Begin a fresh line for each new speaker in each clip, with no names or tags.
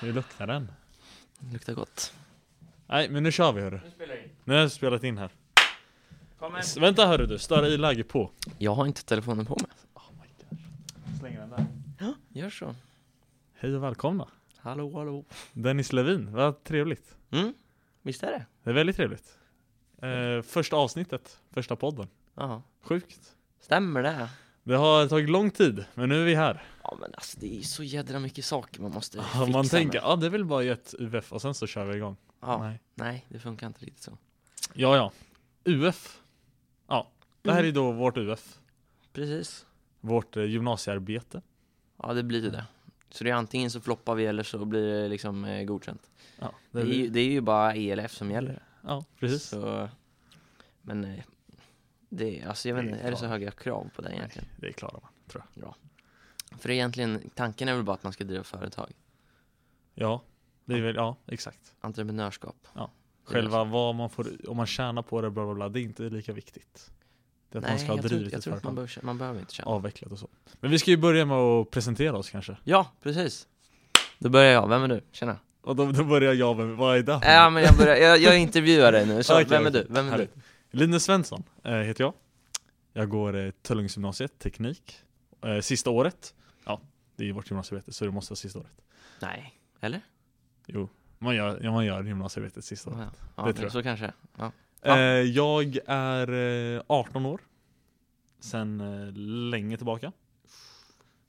Hur luktar den?
Det luktar gott.
Nej, men nu kör vi hörru.
Nu spelar jag in.
Nu har jag spelat in här.
Kom
S- vänta hörru du, stör i läge på.
Jag har inte telefonen på mig.
Oh Slänger den där.
Ja, gör så.
Hej och välkomna.
Hallå, hallå.
Dennis Levin, vad trevligt.
Mm, visst är det?
Det är väldigt trevligt. Eh, första avsnittet, första podden.
Ja,
Sjukt.
stämmer det?
Det har tagit lång tid, men nu är vi här.
Ja, men alltså det är ju så jädra mycket saker man måste
Ah,
fixa
Man
med.
tänker, ja ah, det är väl bara ett UF och sen så kör vi igång.
Ja, nej.
Nej.
det funkar inte riktigt så.
Ja, ja. UF. Ja, det här är då vårt UF.
Precis.
Vårt eh, gymnasiearbete.
Ja, det blir ju det. Så det är antingen så floppar vi eller så blir det liksom eh, godkänt.
Ja,
Det
det
är, ju,
är
det är ju bara ELF som gäller.
ja precis.
Så, men eh, det är, alltså jag vet
Det är
inte, är det så
klart.
höga krav på den egentligen?
Det är klarar man, tror jag.
För egentligen, tanken är väl bara att man ska driva företag.
Ja, det är väl, ja exakt.
Entreprenörskap.
Ja.
Det är
Själva vad man får, om man tjänar på det, bla bla bla, det är inte lika viktigt. Det är att man ska ha
jag tror,
drivit
inte- jag
ett
tror att man
företag,
behöver, tjä- man behöver inte tjäna. Ja.
avvecklat och så. Men vi ska ju börja med att presentera oss kanske.
precis. Då börjar jag, vem är du? Tjena.
Och då, då börjar jag med, vad är det? för
Ja men jag börjar, jag, jag intervjuar dig nu, så
Okej,
vem är
okej.
du? Vem är du?
Härligt. Linus Svensson eh, heter jag. Jag går eh, Tullungsgymnasiet, teknik. Eh, sista året. Ja, det är ju vårt gymnasiearbete så det måste vara sista året.
Nej, eller?
Jo, man gör, ja, man gör gymnasiearbetet sista året.
Ja, ja
det
men
tror jag.
så kanske. Ja.
Eh, jag är eh, 18 år. Sen eh, länge tillbaka.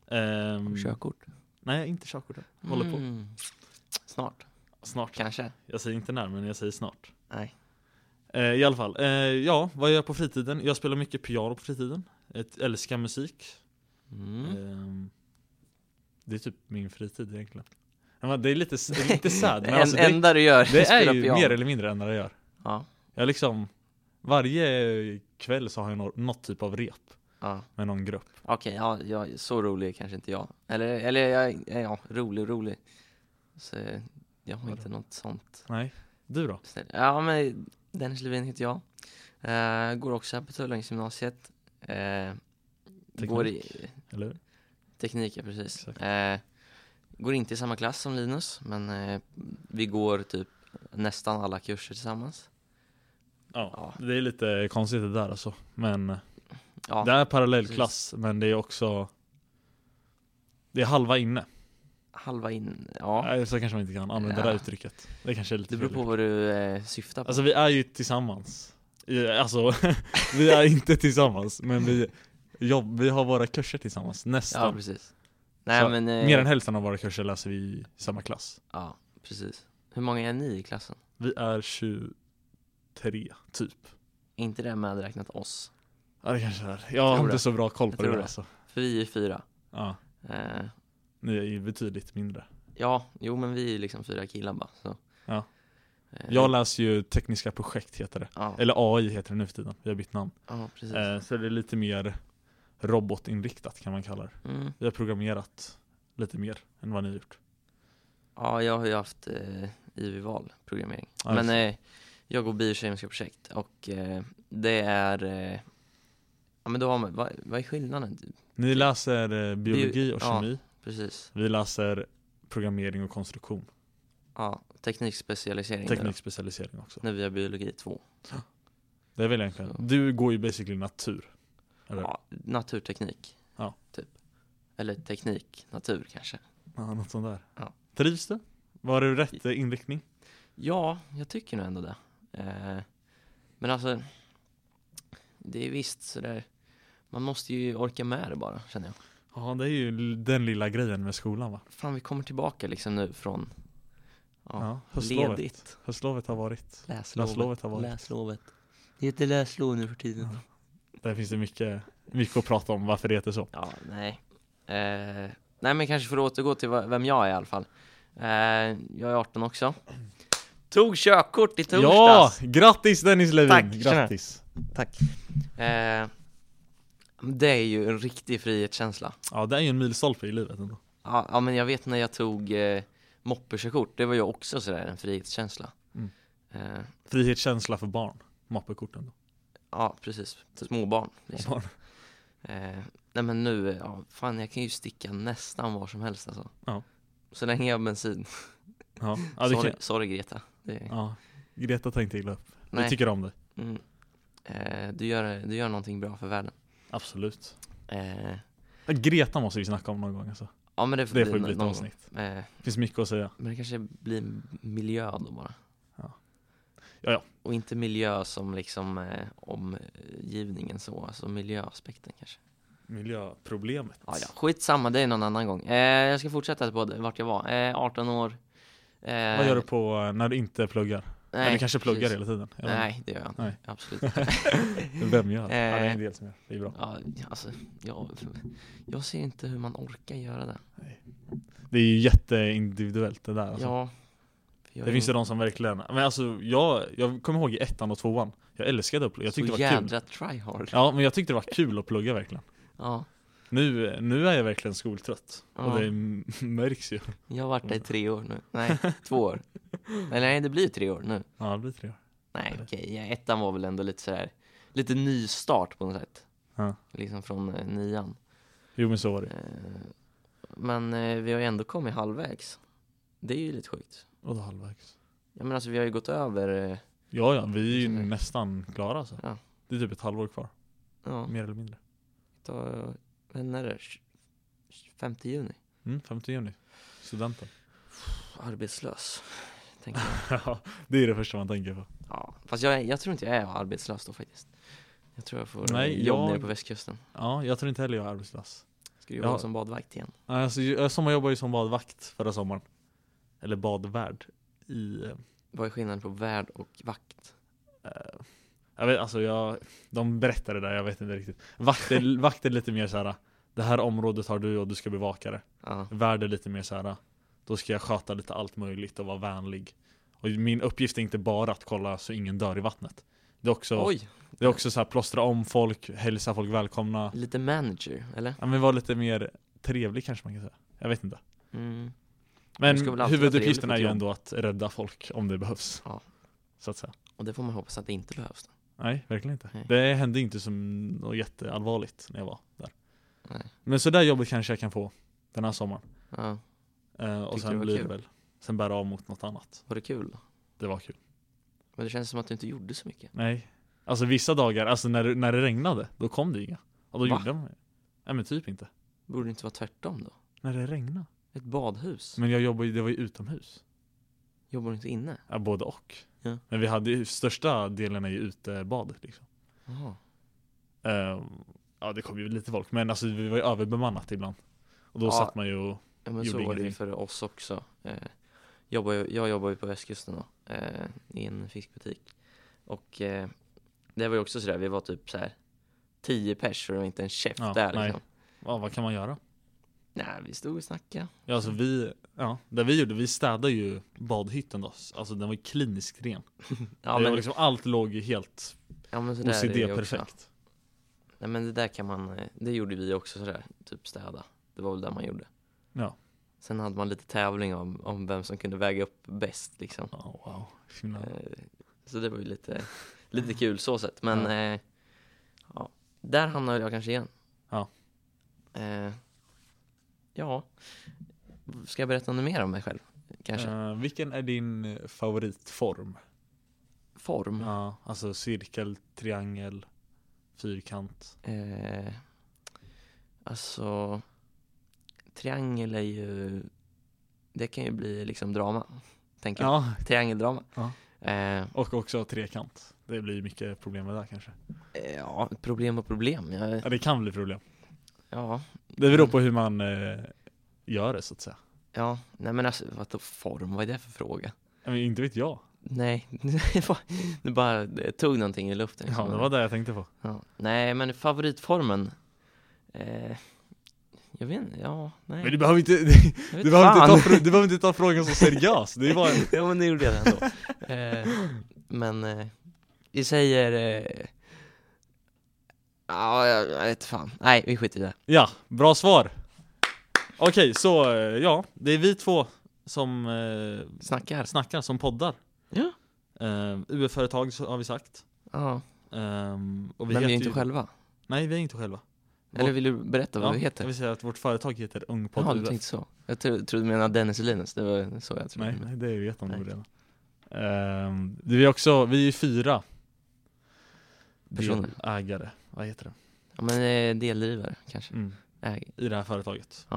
Ehm,
Körkort.
nej, inte körkort. än. Håller på.
Mm. Snart,
Snart.
kanske.
Jag säger inte när, men jag säger snart.
Nej.
Eh, I alla fall, eh, ja, vad gör jag på fritiden? Jag spelar mycket piano på fritiden. Jag älskar musik.
Mm.
Ehm, Det är typ min fritid egentligen. Ja, men Det är lite, det är lite sad, men
en,
alltså det,
enda du gör
det
spela
är ju
piano.
mer eller mindre än jag gör.
Ja,
Jag liksom, varje kväll så har jag nå- något typ av rep
ja.
med någon grupp.
Okej, ja, ja, så rolig är kanske inte jag. Eller, eller jag, ja, ja, rolig, rolig. Så eh, jag har
Vadå?
inte något sånt.
Nej, du då?
ställe. Ja, men Dennis Levin heter jag. Eh, går också här på Tullungsgymnasiet. Eh, Går i
Eller hur?
teknik, ja, precis.
Exakt.
Eh, går inte i samma klass som Linus, men eh, vi går typ nästan alla kurser tillsammans.
Ja,
Ja.
det är lite konstigt det där alltså. Men
Ja,
det är parallellklass, men det är också det är halva inne,
halva in, ja.
Nej, så kanske man inte kan använda det
Ja.
där uttrycket. Det kanske är lite
Det beror
fel.
på vad du eh, syftar på.
Alltså vi är ju tillsammans. I- Alltså, vi är inte tillsammans, men vi, jobb, vi har våra kurser tillsammans,
ja,
nästan.
precis. Nej,
Så,
men, eh,
Mer än hälften av våra kurser läser vi i samma klass.
Ja, precis. Hur många är ni i klassen?
Vi är 23, typ.
Är inte det medräknat oss?
Ja det kanske är. Jag har
tror
inte
det.
så bra koll
Jag
på det
tror
där,
det.
alltså.
För vi är fyra.
Ja,
Eh,
ni är ju betydligt mindre.
ja, jo men vi är liksom fyra killar bara. Så.
Ja.
Eh,
Jag läser ju tekniska projekt heter det.
ja,
Eller AI heter det nu för tiden, vi har bytt namn.
ja, precis.
Eh, så det är lite mer robotinriktat kan man kalla det.
Mm.
Vi har programmerat lite mer än vad ni har gjort.
Ja, jag har ju haft eh, IV-val, programmering.
Ja,
men
just
eh, jag går biokemiska projekt och eh, det är eh, Ja men då har man, vad, vad är skillnaden? typ?
Ni läser eh, biologi och
ja.
kemi.
Precis,
Vi läser programmering och konstruktion.
ja teknikspecialisering nu då,
Teknikspecialisering också.
När vi har biologi 2
Det är väl egentligen.
Så.
Du går ju basically natur. Eller?
ja, Naturteknik
Ja.
Typ Eller teknik, natur kanske
Ja, något sånt där.
Ja.
Trivs du? Var du rätt eh, inriktning?
Ja, jag tycker nog ändå det. Eh, men alltså, det är visst sådär, man måste ju orka med det bara känner jag.
Ja, det är ju l- den lilla grejen med skolan va?
Fan, vi kommer tillbaka liksom nu från ja,
höstlovet.
ledigt.
Höstlovet har varit.
Läslovet.
Läslovet har varit.
Läslovet. Det heter läslov nu för tiden. Ja,
Där finns det mycket, mycket att prata om varför det heter så.
nej. Eh, nej, men kanske för att återgå till vad- vem jag är i alla fall. Eh, jag är 18 också. Tog körkort i torsdags.
Ja! Grattis Dennis Levin!
Tack, tjena.
grattis!
Tack. Eh, det är ju en riktig frihetskänsla.
Ja, det är ju en milstolpe i livet ändå.
Ja, ja men jag vet när jag tog eh, moppekörkort, det var ju också sådär en frihetskänsla.
Mm.
Eh,
Frihetskänsla för barn. Mappekorten då.
ja, precis.
Typ.
Småbarn. Liksom.
Barn.
Eh, nej men nu, eh, ja, fan jag kan ju sticka nästan var som helst alltså.
Ja.
Så länge jag har bensin.
Ja. Ja, det
sorry,
kan,
sorry Greta. Det,
ja. Greta tänkte illa upp. Vi
nej.
tycker om dig.
Mm. Eh, du, gör, du gör någonting bra för världen.
Absolut.
Eh,
Ja, Greta måste vi snacka om någon gång alltså.
ja men det får
Det
bli
får ju
nå-
bli ett
någon
avsnitt.
gång. Eh,
Det finns mycket att säga.
men det kanske blir miljö då bara.
Ja. Ja, ja.
Och inte miljö som liksom eh, omgivningen så, alltså miljöaspekten kanske.
Miljöproblemet.
Ja, ja. Skitsamma, det är någon annan gång. Eh, jag ska fortsätta på det, vart jag var. Eh, 18 år. Eh,
Vad gör du på eh, när du inte pluggar? Nej, du kanske pluggar
precis.
hela tiden? Jag vet
Nej, det gör jag inte.
Nej.
Absolut inte.
inte. Vem gör? det? Ja, det är
Eh.
en del som gör. Det är bra.
ja, alltså, jag, jag ser inte hur man orkar göra det.
Det är ju jätteindividuellt det där alltså.
Ja. för jag
Det
är
finns ju
inte
de som verkligen, men alltså jag, jag kommer ihåg i ettan och tvåan Jag älskade att plugga, jag tyckte
så
det var kul
jädra tryhard. Ja.
Ja men jag tyckte det var kul att plugga verkligen
ja.
Nu, nu är jag verkligen skoltrött
Ja.
Och det m- märks ju
Jag har varit där i tre år nu. Nej, två år. Nej, nej, det blir tre år nu.
Ja det blir tre år
Nej, okej. Ja, ettan var väl ändå lite sådär, lite nystart på något sätt.
Ja.
Liksom från eh, nian.
Jo men så var det
Eh, Men eh, vi har ju ändå kommit halvvägs. Det är ju lite sjukt.
Och då halvvägs
Ja men alltså vi har ju gått över, eh,
Ja ja, vi är ju
Mm.
nästan klara alltså
Ja.
Det är typ ett halvår kvar,
ja,
mer eller mindre
ta, när är det? Tj- 5 juni?
mm, 5 juni, studenten
Pff, Arbetslös.
Ja, det är det första man tänker på
Ja, fast jag, är- jag tror inte jag är arbetslös då faktiskt. Jag tror jag får eh,
Nej,
jobb
jag-
nere på västkusten.
Ja, jag tror inte heller jag är arbetslös
Ska du jobba
Ja.
som badvakt igen?
Alltså, jag sommarjobbade ju som badvakt förra sommaren Eller badvärd i eh,
Vad är skillnaden på värd och vakt?
Eh, Jag vet, alltså jag, de berättade det där, jag vet inte riktigt. Vakt är, vakt är lite mer så här. det här området har du och du ska bevaka det.
Ja,
Värd är lite mer så här. då ska jag sköta lite allt möjligt och vara vänlig. Och min uppgift är inte bara att kolla så ingen dör i vattnet. Det är också,
Oj,
det är också så här, plåstra om folk, hälsa folk välkomna.
lite manager, eller?
Ja, men vara lite mer trevlig kanske man kan säga. Jag vet inte.
Mm.
Men
Du ska väl alltid vara trevlig
huvuduppgiften
på
är
ett
ju
jobb.
ändå att rädda folk om det behövs.
Ja.
Så att säga.
Och det får man hoppas att det inte behövs. Då.
Nej, verkligen inte.
Nej.
Det hände inte som något jätteallvarligt när jag var där.
Nej.
Men så där jobbet kanske jag kan få den här sommaren.
Ja.
Eh, och
Tyckte det
sen
var
blir
kul?
det väl, sen bära av mot något annat.
Var det kul då?
Det var kul.
Men det känns som att du inte gjorde så mycket.
Nej. Alltså vissa dagar, alltså när, det- när det regnade, då kom det inga. Och då
Va?
gjorde de Nej men typ inte.
Borde det inte vara tvärtom då?
När det regnade.
Ett badhus?
Men jag jobbade ju, det var ju utomhus.
Jobbar du inte inne?
Ja, både och.
Ja.
Men vi hade ju, största delen är ju utebad liksom.
Jaha.
Eh, ja det kom ju lite folk, men alltså vi var ju överbemannat ibland. Och då
Ja.
satt man ju och
Ja men så
Gjorde
var det ju
ingenting.
för oss också. Eh, jobbar ju, jag jobbar ju på västkusten då, eh, i en fiskbutik. Och eh, det var ju också sådär, vi var typ såhär 10 pers och det var inte en chef
Ja,
där
nej.
liksom.
ja, vad kan man göra?
Nej, vi stod och snackade.
Ja, alltså vi, ja, det vi gjorde, vi städade ju badhytten då. Alltså den var ju kliniskt ren.
Ja
det
men,
var liksom, allt låg ju helt
ja, men sådär är det ju också.
OCD-perfekt.
Nej men det där kan man, eh, det gjorde vi också sådär, typ städa. Det var väl det man gjorde.
Ja.
Sen hade man lite tävling om, om vem som kunde väga upp bäst liksom.
Ja, wow. Himla.
Eh, Så det var ju lite, lite kul så sett. Men eh, ja, där hamnade jag kanske igen.
Ja.
Eh, ja. Ska jag berätta något mer om mig själv? Kanske.
Eh, vilken är din eh, favoritform?
Form?
Ja, alltså cirkel, triangel, fyrkant.
Eh, alltså, triangel är ju... Det kan ju bli liksom drama, tänker jag.
Ja,
Triangeldrama.
Ja.
Eh,
och också trekant. Det blir mycket problem med det här kanske.
eh, ja, problem och problem. Jag,
Ja, det kan bli problem.
ja,
Det
Mm.
beror på hur man eh, gör det så att säga.
ja. Nej men alltså, vadå form? Vad är det för fråga?
Ja, Men inte vet jag.
Nej, det var- du bara tog någonting i luften. liksom.
Ja, det var det jag tänkte på.
Ja. Nej, men favoritformen? Eh, jag vet inte, ja, nej.
Men du behöver inte,
jag vet
Du behöver, inte
fan.
ta, fr- du behöver inte ta frågan så seriöst, det är bara en...
ja, men det gjorde jag ändå. eh, men eh, vi säger... Eh, ja, jag, jag vet fan. Nej, vi skiter i det.
Ja, bra svar! Okej, så eh, ja, det är vi två som eh,
Snackar.
snackar, som poddar
Ja.
eh, UF-företag så har vi sagt
Ja,
Ehm, och
men vi är
heter
inte
ju-
själva.
Nej, vi är inte själva
Eller vill du berätta vad vi heter?
Jag vill säga att vårt företag heter Ungpodd
Jaha, du
UF.
tänkte så. Jag tro- trodde du menade Dennis och Linus, det var så jag trodde.
Nej, nej, det vet de
Nej.
nog redan. Ehm, vi är också, vi är fyra
Personer.
ägare, vad heter det?
Ja, men eh, deldrivare kanske.
Mm.
Äg,
I det här företaget.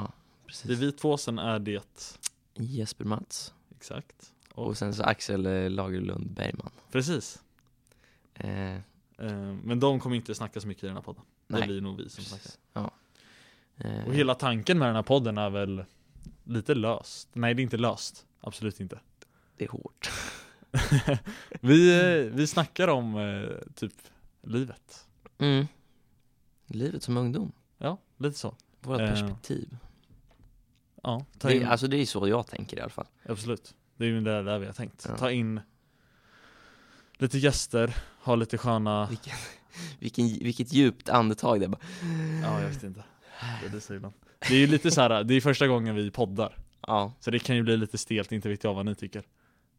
precis.
Det är vi två, sen är det,
Jesper Mats.
exakt. Och-
Och sen så Axel eh, Lagerlund Bergman.
Precis.
Eh,
Ehm, men de kommer inte snacka så mycket i den här podden. Det
nej,
blir nog vi som snackar.
precis. Ja. Eh,
Och hela tanken med den här podden är väl lite löst. Nej, det är inte löst. Absolut inte.
Eh, Det är hårt.
vi, eh, vi snackar om eh, typ livet.
Mm. Livet som ungdom.
Ja, lite så.
Våra
Eh,
perspektiv.
Ja, ta
Det, är-
in,
alltså det är så jag tänker i alla fall.
absolut. Det är ju det där vi har tänkt.
Ja.
Ta in lite gäster, ha lite sköna...
Vilken, vilken, vilket djupt andetag det är. Bara,
Ja, jag vet inte. Det är, det, så ibland. det är ju lite så här, det är första gången vi poddar.
Ja.
Så det kan ju bli lite stelt, inte vet jag vad ni tycker.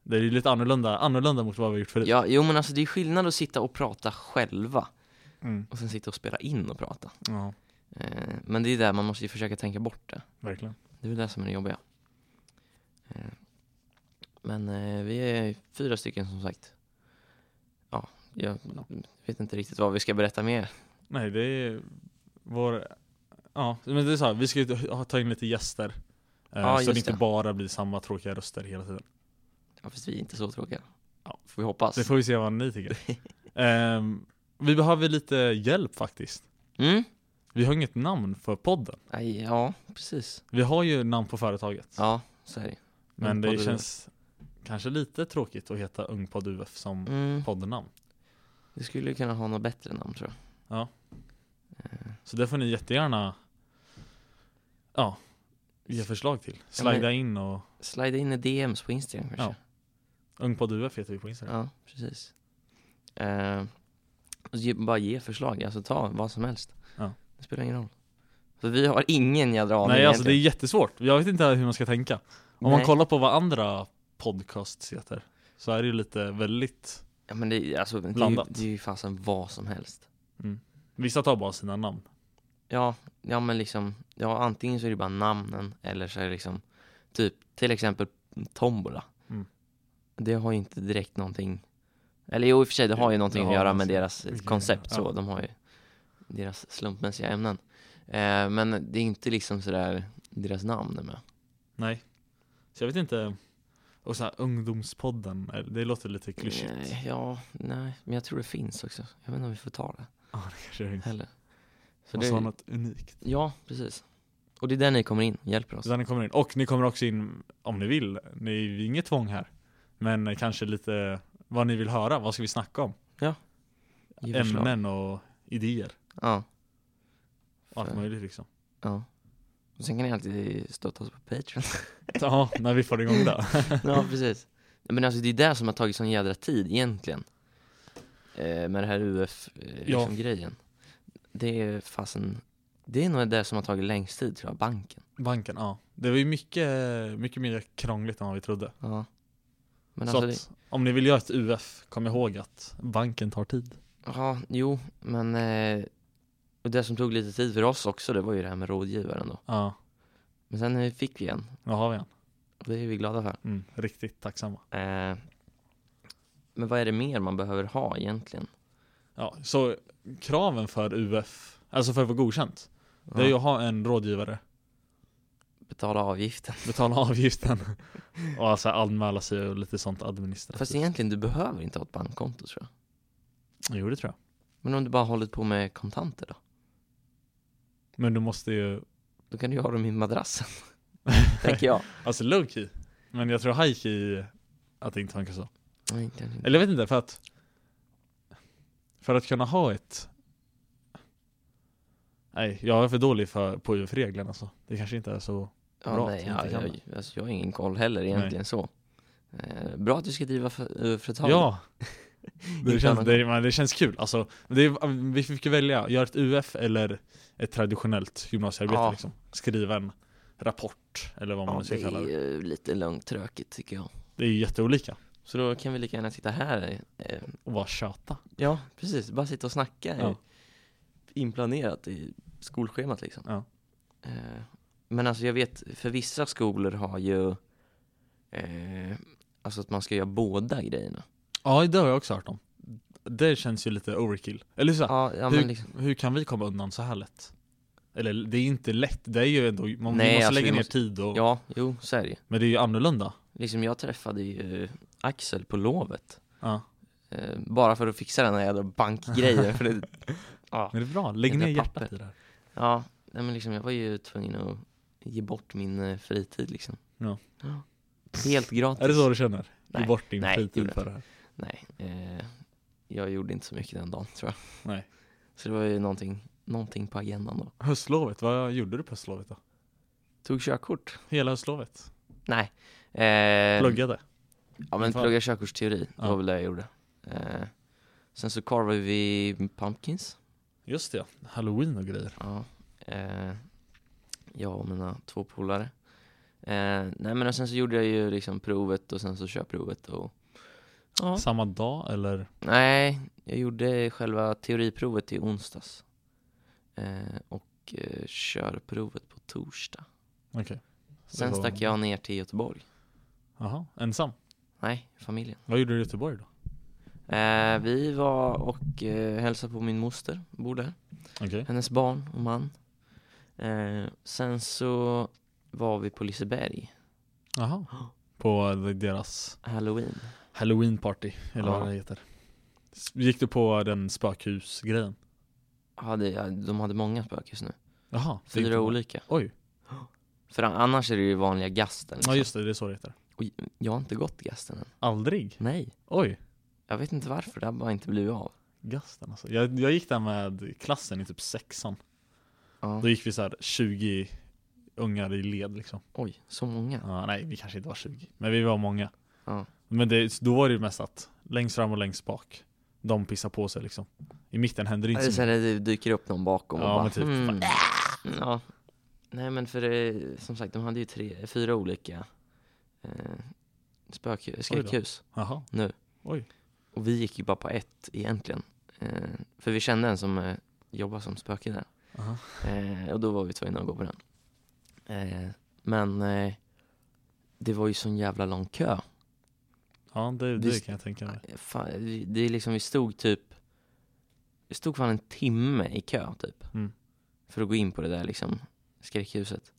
Det är ju lite annorlunda, annorlunda mot vad vi har gjort förut.
ja, jo men alltså det är skillnad att sitta och prata själva
Mm.
och sen sitta och spela in och prata.
ja
Eh, men det är där man måste ju försöka tänka bort det.
verkligen.
Det är väl det som är det jobbiga. Eh, Men eh, vi är fyra stycken som sagt. Ja, jag vet inte riktigt vad vi ska berätta mer.
Nej, det är vår... Ja, men det är så här, vi ska ju ha- ta in lite gäster. eh,
Ja,
så
just
det inte
det. Alltså.
bara blir samma tråkiga röster hela tiden.
Ja, fast vi är inte så tråkiga.
Ja.
Får vi hoppas.
Det får vi se vad ni tycker. Ehm, vi behöver lite hjälp faktiskt.
Mm?
Vi har inget namn för podden.
Aj, ja, precis.
Vi har ju namn på företaget.
Ja, så är det.
men det
Ungpodd UF.
känns kanske lite tråkigt att heta Ungpodd UF som
Mm.
poddnamn.
Vi skulle kunna ha något bättre namn tror jag.
Så det får ni jättegärna ja, ge förslag till.
Ja, men-
Slida in och
Slide in i DMs på Instagram kanske.
Ungpodd UF heter vi på Instagram.
Ja, precis. Eh, och ge, bara ge förslag, alltså ta vad som helst.
Ja.
Det spelar ingen roll. För vi har ingen jädra aning
Nej alltså det är
egentligen.
jättesvårt, jag vet inte hur man ska tänka Om man
Nej.
kollar på vad andra podcasts heter Så är det ju lite väldigt
ja, men det, är- alltså, det, är ju,
Blandat.
det är ju fasen vad som helst.
Vissa tar bara sina namn
Ja, ja men liksom, ja antingen så är det bara namnen eller så är det liksom typ till exempel tombola.
Mm.
Det har ju inte direkt någonting, eller jo i och för sig det har ju
Det
någonting att
har
göra
man
med
sin-
deras
vilken-
koncept så,
ja.
de har ju deras slumpmässiga ämnen. Eh, men det är inte liksom sådär deras namn är med.
Nej Så jag vet inte Och så här ungdomspodden, eh, det låter lite klyschigt
Nej, Eh, Ja, nej, men jag tror det finns också. Jag vet inte om vi får ta det
Ja det kanske det inte
heller. Så
Måste ha
det,
något unikt
ja, precis. Och det är där ni kommer in och hjälper oss.
Så där ni kommer in, och ni kommer också in om ni vill Det är ju inget tvång här Men eh, kanske lite vad ni vill höra, vad ska vi snacka om?
Ge förslag.
Ämnen och idéer,
Ja,
allt
För-
möjligt liksom
ja. Och sen kan ni alltid stötta oss på Patreon.
Ja, när vi får igång det
ja, precis. Nej, Men alltså det är där som har tagit sån jädra tid egentligen. Eh, med det här UF-grejen. Eh,
Ja.
liksom grejen. Det är fasen, det är nog det som har tagit längst tid tror jag, banken.
Banken, ja. Det var ju mycket, mycket mer krångligt än vad vi trodde.
Ja. Men
så
alltså, det,
att, om ni vill göra ett UF, kom ihåg att banken tar tid.
ja, jo, men eh, och det som tog lite tid för oss också, det var ju det här med rådgivaren då.
Ja,
Men sen eh, fick vi en,
nu har vi en.
och det är vi glada för.
Mm, riktigt tacksamma.
Eh, men vad är det mer man behöver ha egentligen?
Ja, så kraven för UF, alltså för att få godkänt, det är ju
Ja,
att ha en rådgivare,
Betala avgiften.
betala avgiften och alltså anmäla sig och lite sånt
Fast
administrativt.
egentligen, du behöver inte ha ett bankkonto tror jag.
Jo, det tror jag.
Men om du bara håller på med kontanter då?
Men du måste ju,
Då kan du ju ha dem i madrassen, tänker jag.
alltså low key. Men jag tror high key att det inte funkar så.
Nej, inte- inte.
Eller jag vet inte, för att För att kunna ha ett Nej, jag är för dålig för, på UF-reglerna alltså. Det kanske inte är så
Ja,
bra
nej,
att
ja,
vi inte kan
jag, alltså, jag har ingen koll heller egentligen så. Eh, bra att du ska driva för- eh, företag.
Ja! Det
Inte
känns,
annan
det, men det känns kul, alltså, det är, vi fick ju välja, göra ett UF eller ett traditionellt gymnasiearbete
Ja.
liksom. Skriva en rapport eller vad man
ja
nu ska
det
kalla
är
det.
ju lite långtråkigt tycker jag.
Det är ju jätteolika.
Så då kan vi lika gärna sitta här. Eh,
Och bara tjata.
ja, precis. Bara sitta och snacka
Ja.
i, inplanerat i skolschemat liksom.
Ja.
Eh, Men alltså jag vet, för vissa skolor har ju eh, Alltså att man ska göra båda grejerna.
Ja, det har jag också hört om. Det känns ju lite overkill. Eller så här,
Ja, ja
hur,
men liksom,
hur kan vi komma undan så här lätt? Eller det är inte lätt, det är ju ändå, man
Nej,
måste
alltså,
lägga
vi
ner
måste-
tid och,
ja, jo, så är det ju.
men det är ju annorlunda.
Liksom jag träffade ju eh, Axel på lovet.
Ja.
Eh, bara för att fixa den här jävla bankgrejen. för det, ja.
Men det är bra, lägg
Jävla
ner hjärtat
papper.
i det här.
ja, nej men liksom jag var ju tvungen att ge bort min eh, fritid liksom.
Ja.
Helt gratis.
Är det så du känner? Ge
Nej.
bort din
Nej, det
fritid
gjorde
för det här.
Nej, eh, jag gjorde inte så mycket den dagen tror jag.
Nej.
Så det var ju någonting, någonting på agendan då.
Höstlovet, vad gjorde du på höstlovet då?
Tog körkort?
Hela höstlovet?
Nej. Eh,
Pluggade?
Ja men
Fan.
plugga körkortsteori, det
Ja.
var väl det jag gjorde. Eh, sen så carvade vi pumpkins.
Just det ja, halloween och grejer.
Ja. Eh, jag och mina två polare. Eh, nej men och sen så gjorde jag ju liksom provet och sen så körprovet och ja.
Samma dag eller?
Nej, jag gjorde själva teoriprovet i onsdags. Eh, och eh, körprovet på torsdag.
Okej.
Sen
Det var-
stack jag ner till Göteborg.
Jaha, ensam?
Nej, familjen.
Vad gjorde du i Göteborg då?
Eh, vi var och eh, hälsade på min moster, bor där.
Okej.
Hennes barn och man. Eh, sen så var vi på Liseberg,
Jaha. På deras
halloween.
halloween party, eller
Ja.
vad det heter. S- Gick du på den spökhusgrejen?
Hade, ja, de hade många spökhus nu.
Jaha. det gick
Fyra
du på.
olika.
Oj,
För an- annars är det ju vanliga gasten. Liksom.
ja just det, det är så det heter.
Och j- jag har inte gått gasten än.
Aldrig?
Nej,
Oj,
jag vet inte varför. Det har bara inte blivit av.
gasten alltså. Jag, jag gick där med klassen i typ sexan.
Ja.
Då gick vi så här 20 ungar i led liksom.
Oj, så många.
Ja, nej, vi kanske inte var 20, men vi var många.
Ja.
Men det, då var det ju mest att längst fram och längst bak, de pissar på sig liksom. I mitten händer det
Eller
inte så
så
mycket.
här, det dyker upp någon bakom och
Ja,
bara
men typ.
hmm. ja. Nej men för eh, som sagt, de hade ju tre, fyra olika eh, spökhus,
Oj då.
skräckhus.
Jaha,
Och vi gick ju bara på ett egentligen. Eh, för vi kände en som eh, jobbar som spöke där.
aha.
Eh, och då var vi tvungna att gå på den. Eh, men eh, det var ju sån jävla lång kö.
Ja, det, det
Visst.
kan jag tänka mig.
Eh, Fan, vi- det är liksom, vi stod typ, vi stod fan en timme i kö typ.
Mm.
För att gå in på det där liksom skräckhuset.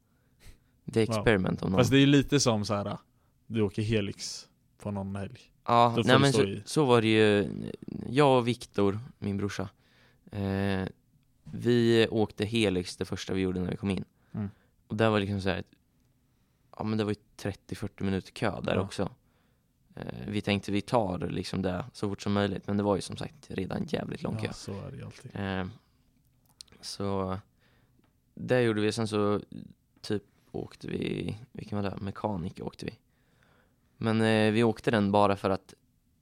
Det är
Wow.
experiment om någon.
Fast det är ju lite som så här, du åker Helix på någon helg.
Ja,
Då får
nej,
du
men
stå
så,
i.
så var det ju. Jag och Viktor, min brorsa, eh, vi åkte Helix det första vi gjorde när vi kom in.
Mm.
Och där var liksom så här, ja men det var ju 30-40 minuter kö där
Ja.
också. Eh, vi tänkte vi tar liksom det så fort som möjligt, men det var ju som sagt redan jävligt lång kö.
Ja, så är det ju alltid.
Eh, så det gjorde vi. Sen så typ åkte vi, vilken var det? Mekaniker åkte vi. Men eh, vi åkte den bara för att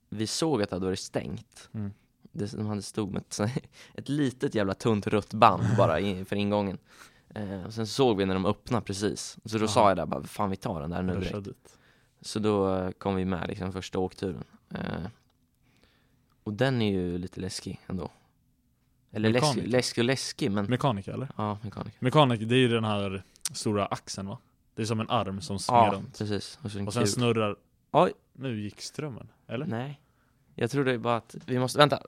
vi såg att det hade varit stängt.
Mm.
Det, de hade stod med ett, ett litet jävla tunt rött band bara i, för ingången. Eh, och sen såg vi när de öppnade precis. Så då
Aha.
sa jag där bara, fan vi tar den där nu
Jag
direkt.
kör dit.
Så då eh, kom vi med liksom första åkturen. Eh, och den är ju lite läskig ändå. Eller läskig,
Mekaniker.
läskig och läskig men...
Mekaniker eller?
ja, mekaniker.
Mekaniker, det är ju den här stora axeln va? Det är som en arm som svingar
Ja,
runt.
precis. Och, så en
Och sen
kul.
snurrar...
Oj.
Nu gick strömmen, eller?
Nej. Jag trodde ju bara att vi måste, vänta.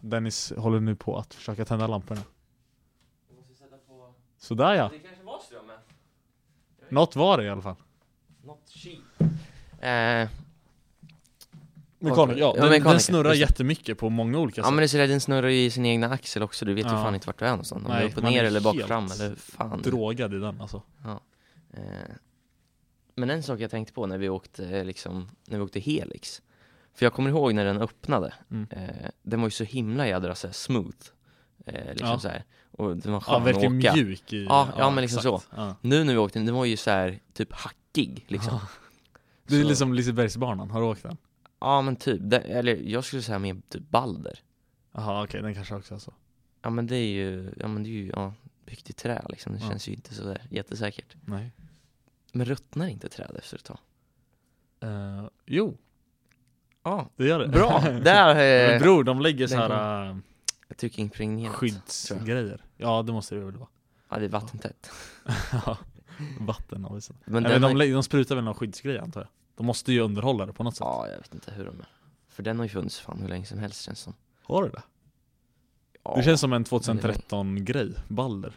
Dennis håller nu på att försöka tända lamporna. Sådär ja,
Det kanske var strömmen.
något var det i alla fall.
Not cheap. Eh,
Mekaniker, ja.
Ja,
Den,
mekaniker,
den snurrar
just det.
jättemycket på många olika
ja
sätt.
men det är sådär, den snurrar ju i sin egna axel också. Du vet ju
Ja.
fan inte vart du är någonstans. Om
Nej,
du är upp och
man är
ner eller bak
helt
fram eller hur fan.
Drogad i den alltså.
Eh, Men en sak jag tänkte på när vi åkte, eh, liksom, när vi åkte Helix. För jag kommer ihåg när den öppnade.
Mm.
Eh, den var ju så himla jädra så här, smooth. Eh, liksom
Ja.
så här. Och den var
Ja,
skön
verkligen
att åka.
mjuk i...
Ja, ja, men liksom
exakt. Ja.
Nu när vi åkte, den var ju så här typ hackig liksom. Ja,
Det är
Så-
liksom Lisebergsbanan, har du åkt den?
men typ. Det- eller jag skulle säga mer typ Balder.
Jaha okej, den kanske också alltså. är så.
Ja men det är ju, ja men det är ju, ja, byggt i trä liksom. Det
Ja.
känns ju inte så där jättesäkert.
Nej.
Men ruttnar inte träd efter ett tag?
Eh, jo,
Ja,
det gör det.
bra! Där!
Men
Eh,
bror, de lägger så
den
här eh,
Jag tycker impregnerat. tror
Skyddsgrejer. Ja, det måste det väl vara.
Ja, det är vattentätt.
Ja, Vatten av isen.
Men,
Nej,
den
men de,
har-
lä- de sprutar väl någon skyddsgrej antar jag? De måste ju underhålla det på något sätt.
Ja, jag vet inte hur de är. För den har ju funnits fan hur länge som helst känns som.
Har du det?
Ja,
Det känns som en 2013-grej. Baller.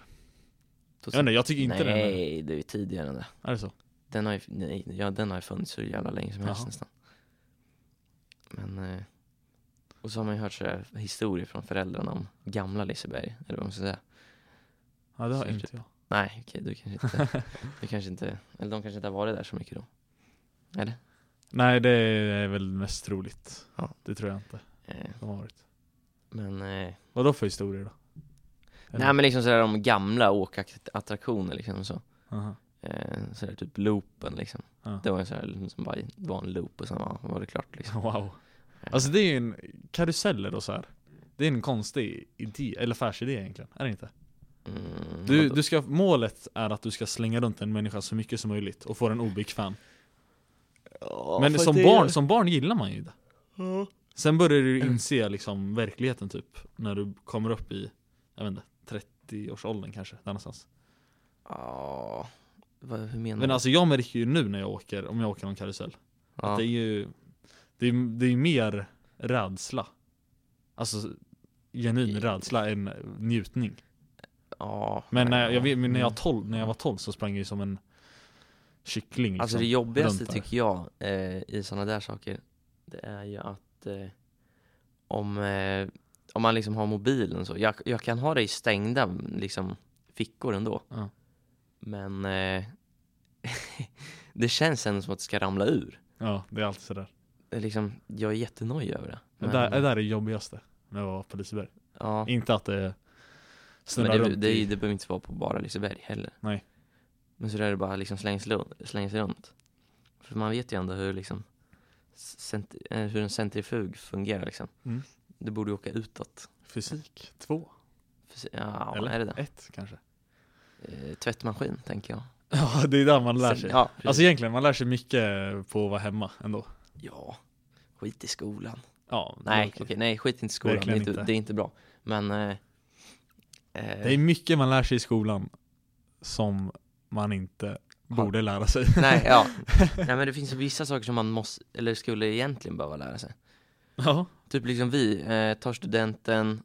Jag vet inte, jag tycker inte det. men-
Nej, det är ju tidigare än det.
Är det så?
Den har ju, nej, ja, den har ju funnits hur jävla länge som helst
Jaha.
nästan. Men, eh, och så har man ju hört sådär historier från föräldrarna om gamla Liseberg, eller vad man ska säga.
Ja, det har
Säkert.
inte jag.
Nej, okej, du kanske inte, du kanske inte, eller de kanske inte har varit där så mycket då. Eller?
Nej, det är väl mest troligt.
Ja.
Det tror jag inte
Eh,
de har varit.
men, eh,
Vadå för historier då? Eller-
nej men liksom sådär om gamla åkattraktioner liksom så.
Aha.
Eh, sådär typ loopen liksom.
Ja.
Det var ju sådär som bara var en loop och sen var, var det klart liksom.
Wow. Alltså det är ju en karuseller och så här. Det är en konstig idé, eller affärsidé egentligen. Är det inte?
Mm,
Du,
vadå?
du ska, målet är att du ska slänga runt en människa så mycket som möjligt och få den obekväm.
Ja,
Men
för
som
det-
barn, som barn gillar man ju det.
Ja.
Sen börjar du
Mm.
inse liksom verkligheten typ när du kommer upp i, jag vet inte, 30-årsåldern kanske. Där någonstans.
Ja, vad, hur menar
Men alltså jag märker ju nu när jag åker, om jag åker någon karusell,
ja.
att det är ju det är, det är mer rädsla. Alltså genuin rädsla än njutning.
ja,
Men
nej,
när
ja.
jag, jag, men när, jag
Mm.
tolv, när jag var 12 så sprang jag ju som en kyckling. Liksom.
Alltså det jobbigaste
runt där.
tycker jag eh, i sådana där saker, det är ju att eh, om, eh, om man liksom har mobilen så, jag, jag kan ha det i stängda liksom, fickor ändå.
Ja.
Men eh, det känns ändå som att det ska ramla ur.
Ja, det är alltid sådär.
Det är Liksom, jag är jättenojig över det.
Det där, det där är det jobbigaste med att vara på Liseberg.
ja.
Inte att det
Men
snurrar
det, det,
runt.
det,
i-
det behöver inte vara på bara Liseberg heller.
Nej.
Men så där är det bara liksom slängs, lu- slängs runt. För man vet ju ändå hur liksom cent, eh, hur en centrifug fungerar liksom.
Mm.
Det borde ju åka utåt.
Fysik 2,
För se- Ja,
Eller?
är det det?
1 kanske.
Eh, tvättmaskin tänker jag.
Ja, det är där man lär sig.
Ja,
Alltså
alltså,
egentligen, man lär sig mycket på att vara hemma ändå.
ja, skit i skolan.
Ja, det är
Nej,
okej.
okej, nej, skit inte i skolan. Det är
Verkligen
inte,
inte.
det är inte bra. Men... Eh, eh,
Det är mycket man lär sig i skolan som man inte borde lära sig.
Nej, ja. nej, men det finns vissa saker som man måste, eller skulle egentligen behöva lära sig.
Ja,
Typ liksom vi eh, tar studenten,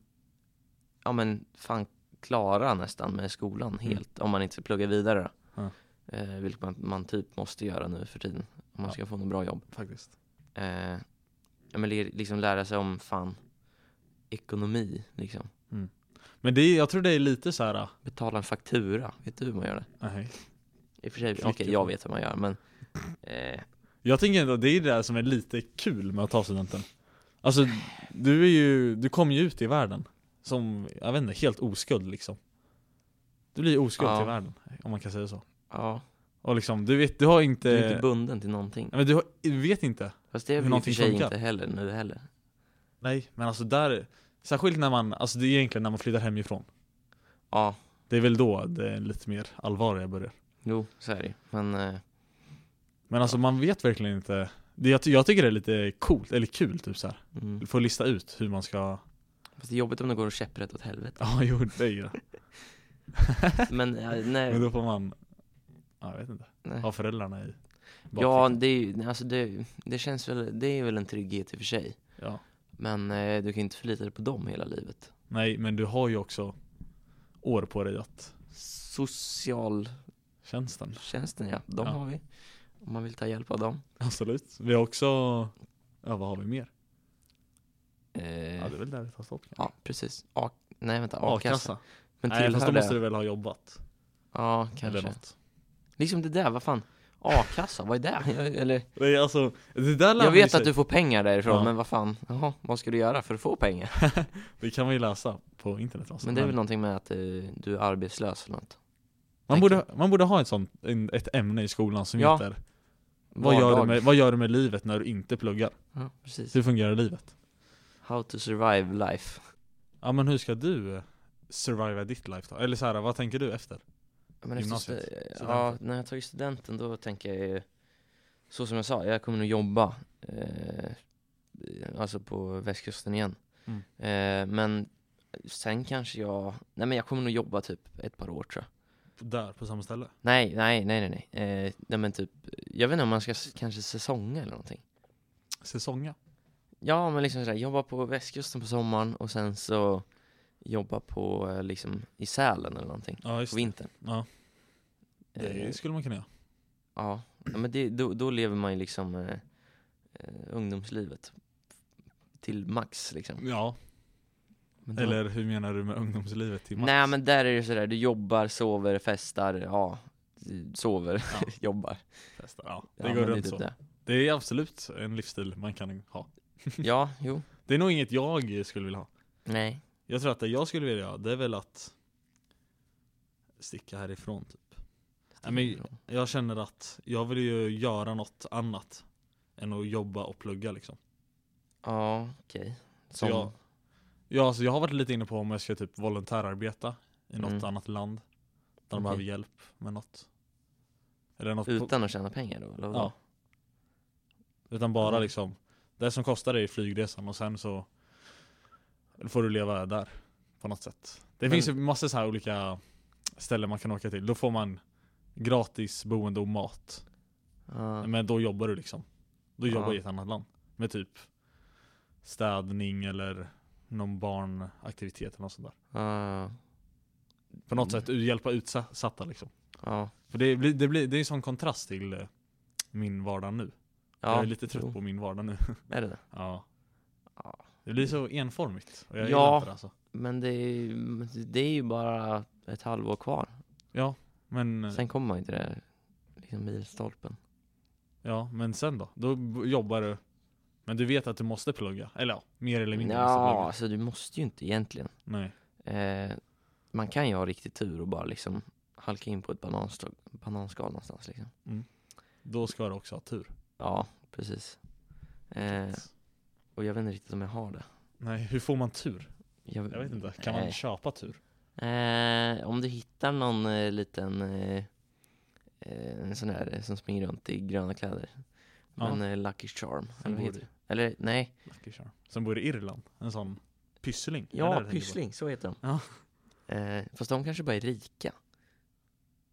ja men fan klara nästan med skolan helt om man inte ska plugga vidare då.
Ja.
Eh, vilket man, man typ måste göra nu för tiden om man
Ja.
ska få något bra jobb.
faktiskt.
Eh, ja, men li- liksom lära sig om fan ekonomi liksom.
Men det är, jag tror det är lite så här. ah,
Betala en faktura, vet du hur man gör det?
Nej.
I och för sig,
Klicka
okej jag
på-
vet hur man gör men eh,
Jag tänker ändå att det är det där som är lite kul med att ta studenten. Alltså, du är ju, du kommer ju ut i världen som, jag vet inte, helt oskuld liksom. Du blir oskuld
Ja.
till världen, om man kan säga så.
ja,
Och liksom, du vet, du har inte...
du är inte bunden till någonting.
Nej, men du, har, du vet inte.
Fast det
hur
är väl i och för
någonting
sig
funkar.
inte heller nu heller.
Nej, men alltså där, särskilt när man, alltså det är egentligen när man flyttar hemifrån.
Ja,
Det är väl då det är lite mer allvarliga börjar.
jo så är det ju. Men eh,
Men alltså man vet verkligen inte. Det, jag, ty- jag tycker det är lite coolt, eller kul typ så här.
mm.
Du får lista ut hur man ska,
Fast det är jobbigt om det går käpprätt åt helvete.
ja jo det är ju det.
Men eh,
Men
nej.
då får man, ja, jag vet inte,
nej.
ha föräldrarna i
Ja,
bakfickan.
det, är ju- alltså det, det känns väl, det är väl en trygghet i och för sig.
ja.
Men eh, du kan ju inte förlita dig på dem hela livet.
Nej men du har ju också år på dig att
Socialtjänsten
tjänsten.
ja, de
Ja.
har vi. Om man vill ta hjälp av dem.
Absolut. Vi har också, ja vad har vi mer? Ja
Eh, ja,
det är väl där det tar stopp.
precis. A- nej vänta, a-kassa. Men
Nej fast då
tillhör
måste
det?
du väl ha jobbat?
Ja,
Eller
kanske.
något.
Liksom det där, vad fan. A-kassa, vad är det? Jag- Eller,
Nej, alltså, det där lär
jag
man ju
vet
sig.
att du får pengar därifrån,
Ja.
men vad fan. Jaha, vad ska du göra för att få pengar?
Det kan man ju läsa på internet alltså.
Men det är väl någonting med att eh, du är arbetslös eller något.
man, borde, man borde ha ett sånt, en, ett ämne i skolan som
Ja.
heter vad gör, du
Vardag.
med, Typ- vad gör du med livet när du inte pluggar?
Ja, precis.
Hur fungerar livet?
How to survive life.
Ja men hur ska du eh, surviva ditt life då? Eller så här, vad tänker du efter?
Ja, Men efter
Gymnasiet,
stu- ja,
studenten.
när jag tagit studenten då tänker jag ju, så som jag sa, jag kommer nog jobba, eh, alltså på västkusten igen.
Mm.
Eh, men sen kanske jag, nej men jag kommer nog jobba typ ett par år tror jag.
Där, på samma ställe?
Nej, nej, nej, nej, nej. Eh, nej men typ, jag vet inte om man ska s- kanske säsonga eller någonting.
Säsonga?
Ja, men liksom sådär, jobba på västkusten på sommaren och sen så jobba på eh, liksom i Sälen eller någonting
Ja just
på
det,
vintern.
ja,
Eh,
det skulle man kunna göra
Ja, ja, men det, då, då lever man ju liksom eh, eh, ungdomslivet till max liksom.
Ja,
Men då,
eller hur menar du med ungdomslivet till max?
Nej men där är det sådär, du jobbar, sover, festar, ja, sover,
Ja.
jobbar.
Festa, Ja, det
Ja, men
går
är
runt
typ
så
det.
Det är absolut en livsstil man kan ha
Ja, jo.
Det är nog inget jag skulle vilja ha
Nej.
Jag tror att det jag skulle vilja göra, det är väl att sticka härifrån typ. Nej, men jag känner att jag vill ju göra något annat än att jobba och plugga liksom.
Ja, okej.
Så
Som-
jag, ja, alltså jag har varit lite inne på om jag ska typ volontärarbeta i något
Mm.
annat land. Där de
Okej.
behöver hjälp med något. Eller något på,
Utan att tjäna pengar då? Eller vadå?
Ja. utan bara
Mm.
liksom, det som kostar dig är flygresan och sen så får du leva där på något sätt. Det
Men-
finns ju massor så här olika ställen man kan åka till. Då får man gratis boende och mat.
Ja.
Men då jobbar du liksom. Då
Ja.
jobbar du i ett annat land. Med typ städning eller någon barnaktivitet eller något sånt där.
Ja.
På något
Mm.
sätt ut- hjälpa utsatta liksom.
ja.
För det, blir, det, blir, det är en sån kontrast till eh, min vardag nu. jag
ja.
är lite trött
jo.
på min vardag nu.
Är det det?
ja.
Ja.
Det blir så enformigt. Och jag
Ja.
gillar inte det alltså.
Men det är, ju- det är ju bara ett halvår kvar.
Ja, men eh, sen.
Sen kommer man ju till det där liksom milstolpen.
ja, men sen då? Då b- jobbar du. Men du vet att du måste plugga. Eller ja, mer eller mindre måste
Ja,
plugga.
alltså du måste ju inte egentligen.
Nej.
Eh, man kan ju ha riktig tur och bara liksom halka in på ett bananstag, bananskal någonstans liksom.
Då ska du också ha tur.
Ja, precis. Eh, och jag vet inte riktigt om jag har det.
Nej, hur får man tur? Jag vet inte. Kan man
Nej.
köpa tur?
Eh, om du hittar någon eh, liten eh, eh, en sån här eh, som springer runt i gröna kläder.
Ja.
Men eh, Lucky Charm.
Sen
Eller, vad
bor
heter det? eller nej.
Lucky charm. Som bor i Irland. En sån pyssling. Är det det
Ja,
du tänker på?
Pyssling, så heter de.
Ja.
Eh, fast de kanske bara är rika.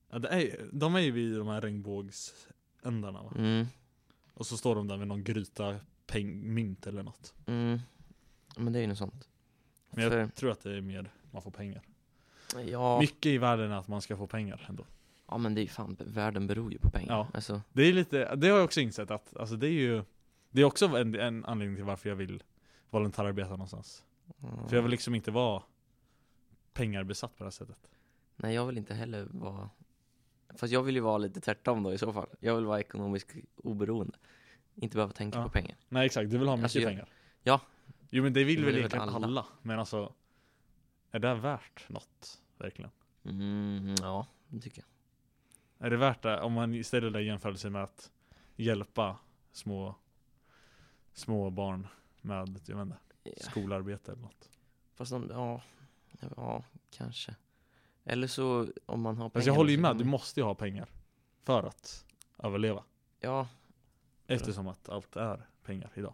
Ja, det är, ju- de är ju vid de här regnbågsändarna va?
Mm,
Och så står de där med någon gryta peng, mynt eller något.
mm. Men det är ju något sånt.
Men jag
För-
tror att det är mer man får pengar.
Ja,
Mycket i världen är att man ska få pengar ändå.
ja men det är ju fan, världen beror ju på pengar.
Ja.
Alltså,
Det är lite, det har jag också insett att, alltså det är ju Det är också en, en anledning till varför jag vill volontärarbeta någonstans.
ja.
För jag vill liksom inte vara pengarbesatt på det här sättet.
Nej jag vill inte heller vara Fast jag vill ju vara lite tvärtom då i så fall Jag vill vara ekonomiskt oberoende Inte behöva tänka
Ja.
på pengar
Nej exakt, du vill ha mycket
Alltså, jag-
pengar.
Ja.
Jo men det vill
Det
väl
vill
egentligen
väl
alla.
alla.
Men alltså, är det här värt något? Verkligen.
mm, Ja, det tycker jag
Är det värt det om man istället där jämför sig med att hjälpa små, små barn med jag vet inte,
Ja.
skolarbete eller något?
Fast om, ja, ja, kanske Eller så om man har pengar Mm.
Fast jag håller ju
så
med,
kan
du
man-
måste ju ha pengar för att överleva.
Ja,
Eftersom att allt är pengar idag.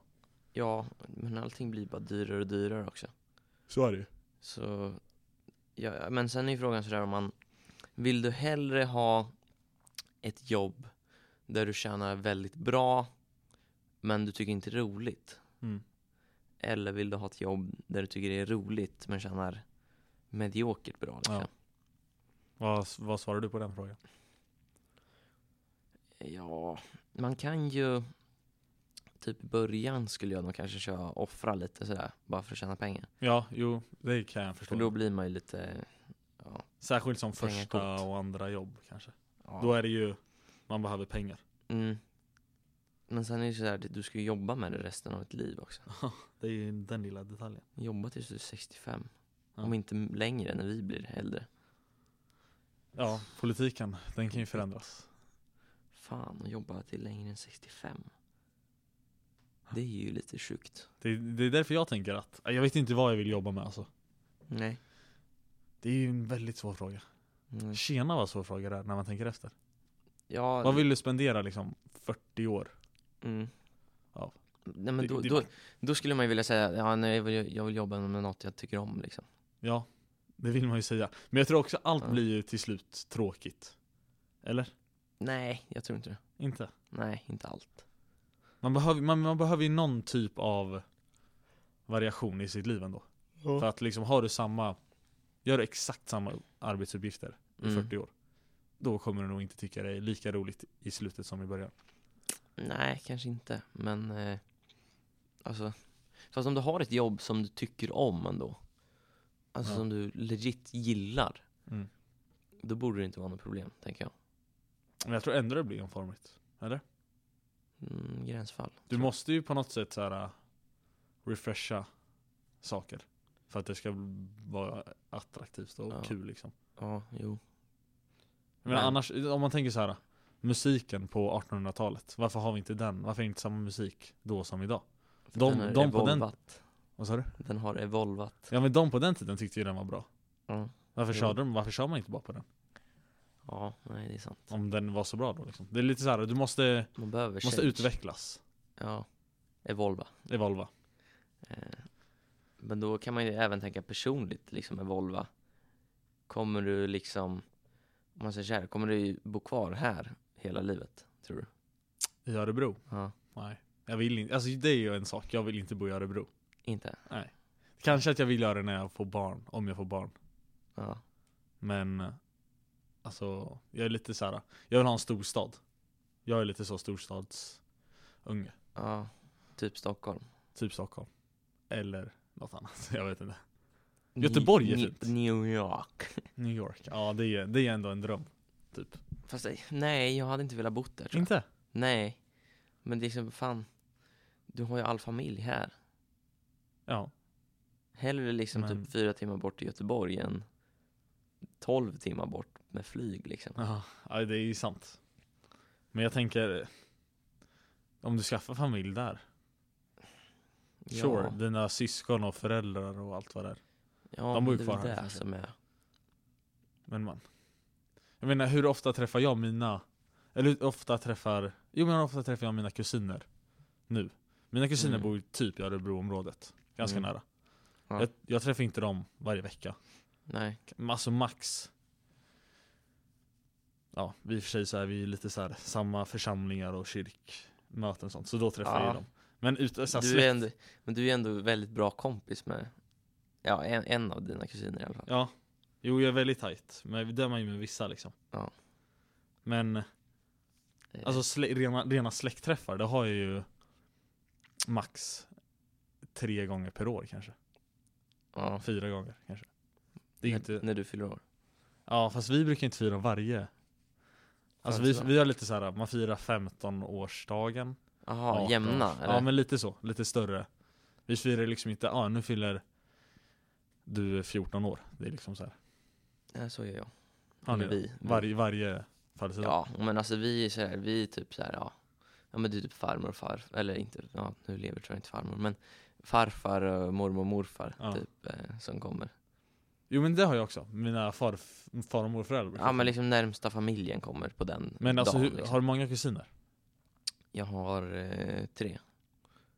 ja, men allting blir bara dyrare och dyrare också
Så är det ju.
Så, ja, men sen är ju frågan sådär om man Vill du hellre ha ett jobb där du tjänar väldigt bra men du tycker inte det är roligt?
Mm.
Eller vill du ha ett jobb där du tycker det är roligt men tjänar mediokert bra? Liksom?
Vad, vad svarar du på den frågan?
Ja. man kan ju typ i början skulle jag nog kanske köra offra lite sådär bara för att tjäna pengar.
Ja, jo, det kan jag
För då
förstå.
blir man ju lite, ja,
Särskilt som
Pengar
första
coolt.
och andra jobb kanske. Då
ja.
är det ju, man behöver pengar.
Mm. Men sen är det ju sådär, du ska ju jobba med det resten av ditt liv också.
Det är ju den lilla detaljen.
Jobba tills du är 65.
Ja.
Om inte längre när vi blir äldre.
Ja, politiken, den kan ju förändras.
Fan, att jobba till längre än 65. Det är ju lite sjukt.
Det, det är därför jag tänker att, jag vet inte vad jag vill jobba med alltså.
Nej.
Det är ju en väldigt svår fråga.
Mm.
Tjena vad svår fråga det är när man tänker efter.
Ja,
Vad vill du spendera liksom 40 år?
Mm.
Ja.
Nej, men
Det-
då,
det-
då, då skulle man ju vilja säga, ja, nej, jag, vill, jag vill jobba med något jag tycker om liksom.
Ja, det vill man ju säga. Men jag tror också allt
Ja.
blir ju till slut tråkigt. Eller?
Nej, jag tror inte det.
Inte?
Nej, inte allt.
Man behöver, man, man behöver ju någon typ av variation i sitt liv ändå. För att liksom har du samma, gör du exakt samma arbetsuppgifter i
Mm.
40 år. Då kommer du nog inte tycka det är lika roligt i slutet som i början.
Nej, kanske inte. Men eh, alltså, fast om du har ett jobb som du tycker om ändå. Alltså
Ja.
som du legit gillar.
Mm.
Då borde det inte vara något problem, tänker jag.
Men jag tror ändå det blir omformigt.
Mm, gränsfall.
Du måste ju på något sätt så här, äh, refresha saker. För att det ska vara attraktivt och
Ja.
kul liksom.
Ja, jo.
Men
Nej.
annars, om man tänker så här. äh, Musiken på 1800-talet, varför har vi inte den? Varför är det inte samma musik då som idag?
För
De-
har
de på den-
evolvat.
Vad sa du?
Den har evolvat.
Ja men de på den tiden tyckte ju den var bra.
Ja.
Varför
Jo.
körde de, varför kör man inte bara på den?
ja, nej det är sant.
Om den var så bra då liksom. Det är lite så här, du måste,
Man behöver
måste
change.
utvecklas.
Ja, evolva.
Evolva.
Eh, Men då kan man ju även tänka personligt, liksom evolva. Kommer du liksom, om man säger så här, kommer du ju bo kvar här hela livet, tror du?
I Örebro?
Ja.
Nej. Jag vill inte, alltså det är ju en sak, jag vill inte bo i Örebro.
Inte?
Kanske att jag vill göra det när jag får barn, om jag får barn.
Ja.
Men eh, alltså, jag är lite så här. jag vill ha en storstad. Jag är lite så storstadsunge.
ja. Typ Stockholm.
Typ Stockholm. Eller något annat, jag vet inte. Göteborg är
Ni-
fint.
Ni- New York.
New York, ja det är, det är ändå en dröm. Typ.
Fast eh, nej, jag hade inte velat bo där tror jag.
Inte?
Nej. Men det är liksom, fan. Du har ju all familj här.
Ja.
Hellre liksom
Men-
typ fyra timmar bort till Göteborg än tolv timmar bort med flyg liksom.
ja, ja, det är ju sant. Men jag tänker, eh, om du skaffar familj där, sure,
Ja.
dina syskon och föräldrar och allt vad det är.
Ja,
De bor ju
det är
kvar
väl
här,
det
kanske.
som är.
Men man. Jag menar hur ofta träffar jag mina, eller hur ofta träffar, jo men hur ofta träffar jag mina kusiner nu? Mina kusiner
Mm.
bor ju typ i Örebroområdet, ganska
Mm.
nära.
Ja.
Jag, jag träffar inte dem varje vecka.
Nej.
Alltså max, ja vi i och för sig så är vi ju lite så här, samma församlingar och kyrkmöten och sånt, så då träffar jag
Ja.
ju dem. Men ut, så här,
Du är
släkt,
ändå, men du är ändå väldigt bra kompis med ja, en, en av dina kusiner i alla fall.
ja. Jo jag är väldigt tight, men det är man ju med vissa liksom.
Ja.
Men
Eh,
Alltså slä, rena, rena släktträffar, det har jag ju max tre gånger per år kanske.
ja,
Fyra gånger kanske. Det är
när,
inte,
när du fyller år.
ja fast vi brukar inte fira varje. Alltså vi,
Födelsedag.
vi har lite så här, man firar 15-årsdagen.
Jaha,
18 års-
jämna? Eller?
Ja men lite så, lite större. Vi firar liksom inte, ja nu fyller du 14 år. Det är liksom så här.
Nej, så gör jag.
Ja,
Eller
nu,
vi. vi.
varje, varje födelsedag.
Mm. Ja, men alltså vi är så här, vi är typ så här, ja. Ja men du är typ farmor och far, eller inte, ja nu lever tror jag inte farmor, men farfar, och mormor och morfar
Ja.
typ eh, som kommer.
Jo men det har jag också. Mina far, far och morföräldrar brukar
Ja men
fira.
liksom närmsta familjen kommer på den
Men alltså
dagen.
hur,
liksom.
har du många kusiner?
Jag har eh, tre.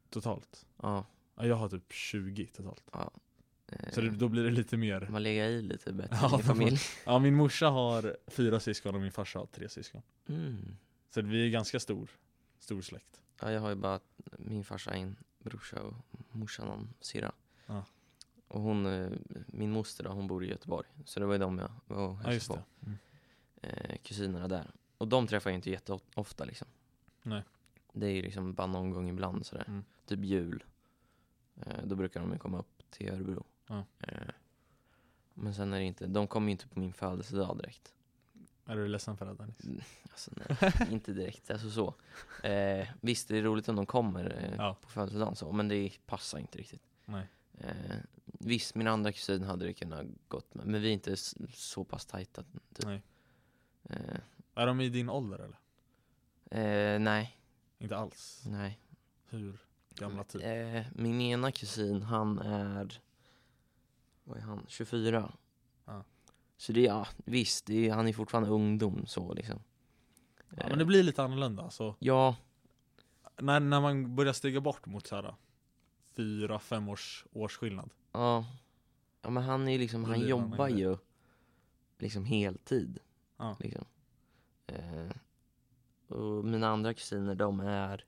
Totalt?
Ja.
Ja, jag har typ 20 totalt.
eh,
Så det, då blir det lite mer.
Man lägger i lite bättre
Ja,
i familj.
Ja, min morsa har fyra syskon och min farsa har tre syskon.
Mm.
Så vi är ganska stor, stor släkt.
Ja, jag har ju bara min farsa har en brorsa och morsan har en syrra.
Ja.
Och hon, eh, min moster då, hon bor i Göteborg. Så det var ju de jag var och
Ja, just
hälsade
det. Mm.
på. Eh, kusinerna där. Och de träffar jag inte jätteofta liksom.
Nej.
Det är ju liksom bara någon gång ibland sådär.
Mm.
Typ jul. Eh, då brukar de ju komma upp till Örebro.
Ja.
Eh, men sen är det inte, de kommer ju inte på min födelsedag direkt.
Är du ledsen för det Dennis?
Alltså nej, inte direkt. Alltså så. Eh, visst, det är roligt om de kommer eh,
Ja.
på födelsedagen så, men det passar inte riktigt.
Nej.
Eh, visst, min andra kusin hade det kunnat gått med, men vi är inte s- så pass tajta. Typ.
Nej.
Eh,
Är de i din ålder eller?
eh, nej,
Inte alls.
nej.
Hur gamla typ?
Eh, min ena kusin, han är, vad är han, 24.
Ja.
Så det, är- ja, visst, det, är- han är fortfarande ungdom så liksom.
Ja,
Eh,
men det blir lite annorlunda. Så
ja,
när, när man börjar stiga bort mot så här fyra, fem års årsskillnad.
ja, Ja men han är ju liksom,
Det
han
blir en annan
jobbar
grej.
ju liksom heltid.
Ja.
Liksom. Eh, och mina andra kusiner de är,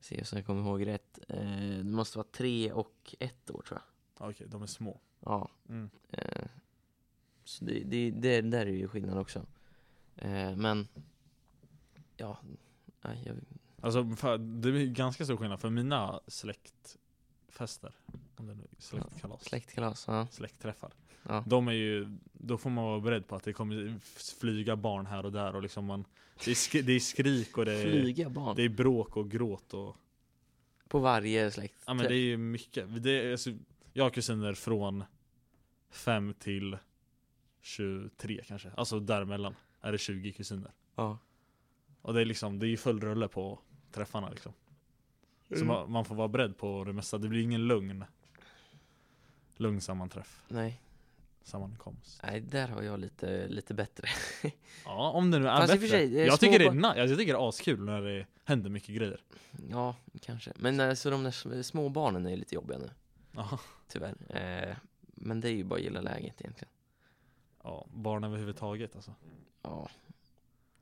se så jag kommer ihåg rätt, eh, det måste vara tre och ett år tror jag.
Ja, Okej, de är små.
Ja.
Mm.
Eh, så det, det, det, där är ju skillnad också. Eh, men, ja, nej, jag,
Alltså för, det är ganska stor skillnad för mina släktfester, om det nu är släktkalas,
släktkalas, ja.
släktträffar.
ja.
De är ju, då får man vara beredd på att det kommer flyga barn här och där och liksom man, det är, sk- det är skrik och det är,
Flyga barn.
det är bråk och gråt och
På varje släkt.
Ja men det är ju mycket. Det är, alltså, jag har kusiner från 5 till 23 kanske. Alltså däremellan är det 20 kusiner.
Ja.
Och det är liksom, det är ju full rulle på träffarna liksom. Så man, man får vara beredd på det mesta. Det blir ingen lugn. Lugn sammanträff.
Nej,
Sammankomst.
nej, där har jag lite, lite bättre.
Ja om det nu är
Fast i och
bättre.
för sig, det är
jag,
små
tycker det är,
barn-
na- jag tycker det är askul när det händer mycket grejer.
Ja, kanske. Men alltså de där sm- små barnen är ju lite jobbiga nu,
Ja,
tyvärr. Eh, men det är ju bara att gilla läget egentligen.
ja barn överhuvudtaget alltså.
Ja,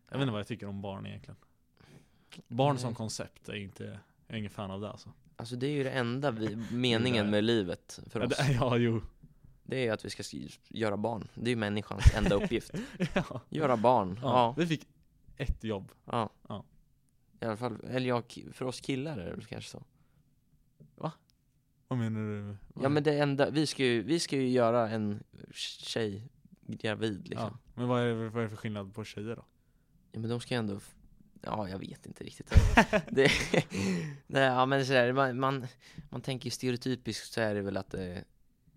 Jag vet inte vad jag tycker om barn egentligen. Barn som
Nej.
koncept är inte, jag är ingen fan av det alltså.
alltså det är ju det enda vi, meningen med livet för
Ja,
oss.
det- Ja, jo.
Det är ju att vi ska sk- göra barn. Det är ju människans enda uppgift.
ja.
Göra barn.
Ja.
Ja.
Vi fick ett jobb.
ja.
Ja.
I alla fall, eller ja, ki- för oss killar är det väl kanske så.
Vad menar du?
Ja men det enda, vi ska ju, vi ska ju göra en tjej gravid liksom.
Ja. Men vad är, det, vad är det för skillnad på tjejer då?
Ja men de ska ju ändå, f- ja jag vet inte riktigt det, Nej ja men sådär, man, man, man tänker ju stereotypiskt så är det väl att, eh,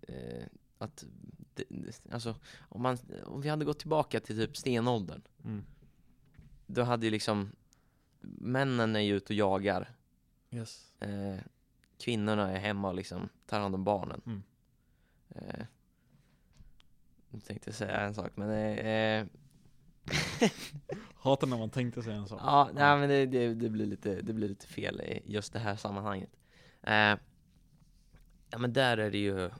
eh, att det, det- alltså om, man, om vi hade gått tillbaka till typ stenåldern
Mm.
Då hade ju liksom, männen är ju ute och jagar
Yes.
eh, Kvinnorna är hemma och liksom tar hand om barnen
Mm.
eh, Nu tänkte jag säga en sak men eh, eh,
Hatar när man tänkte sig en sak.
Ja, nej, men det, det, det, blir lite, det blir lite fel i just det här sammanhanget. Eh, ja men där är det ju,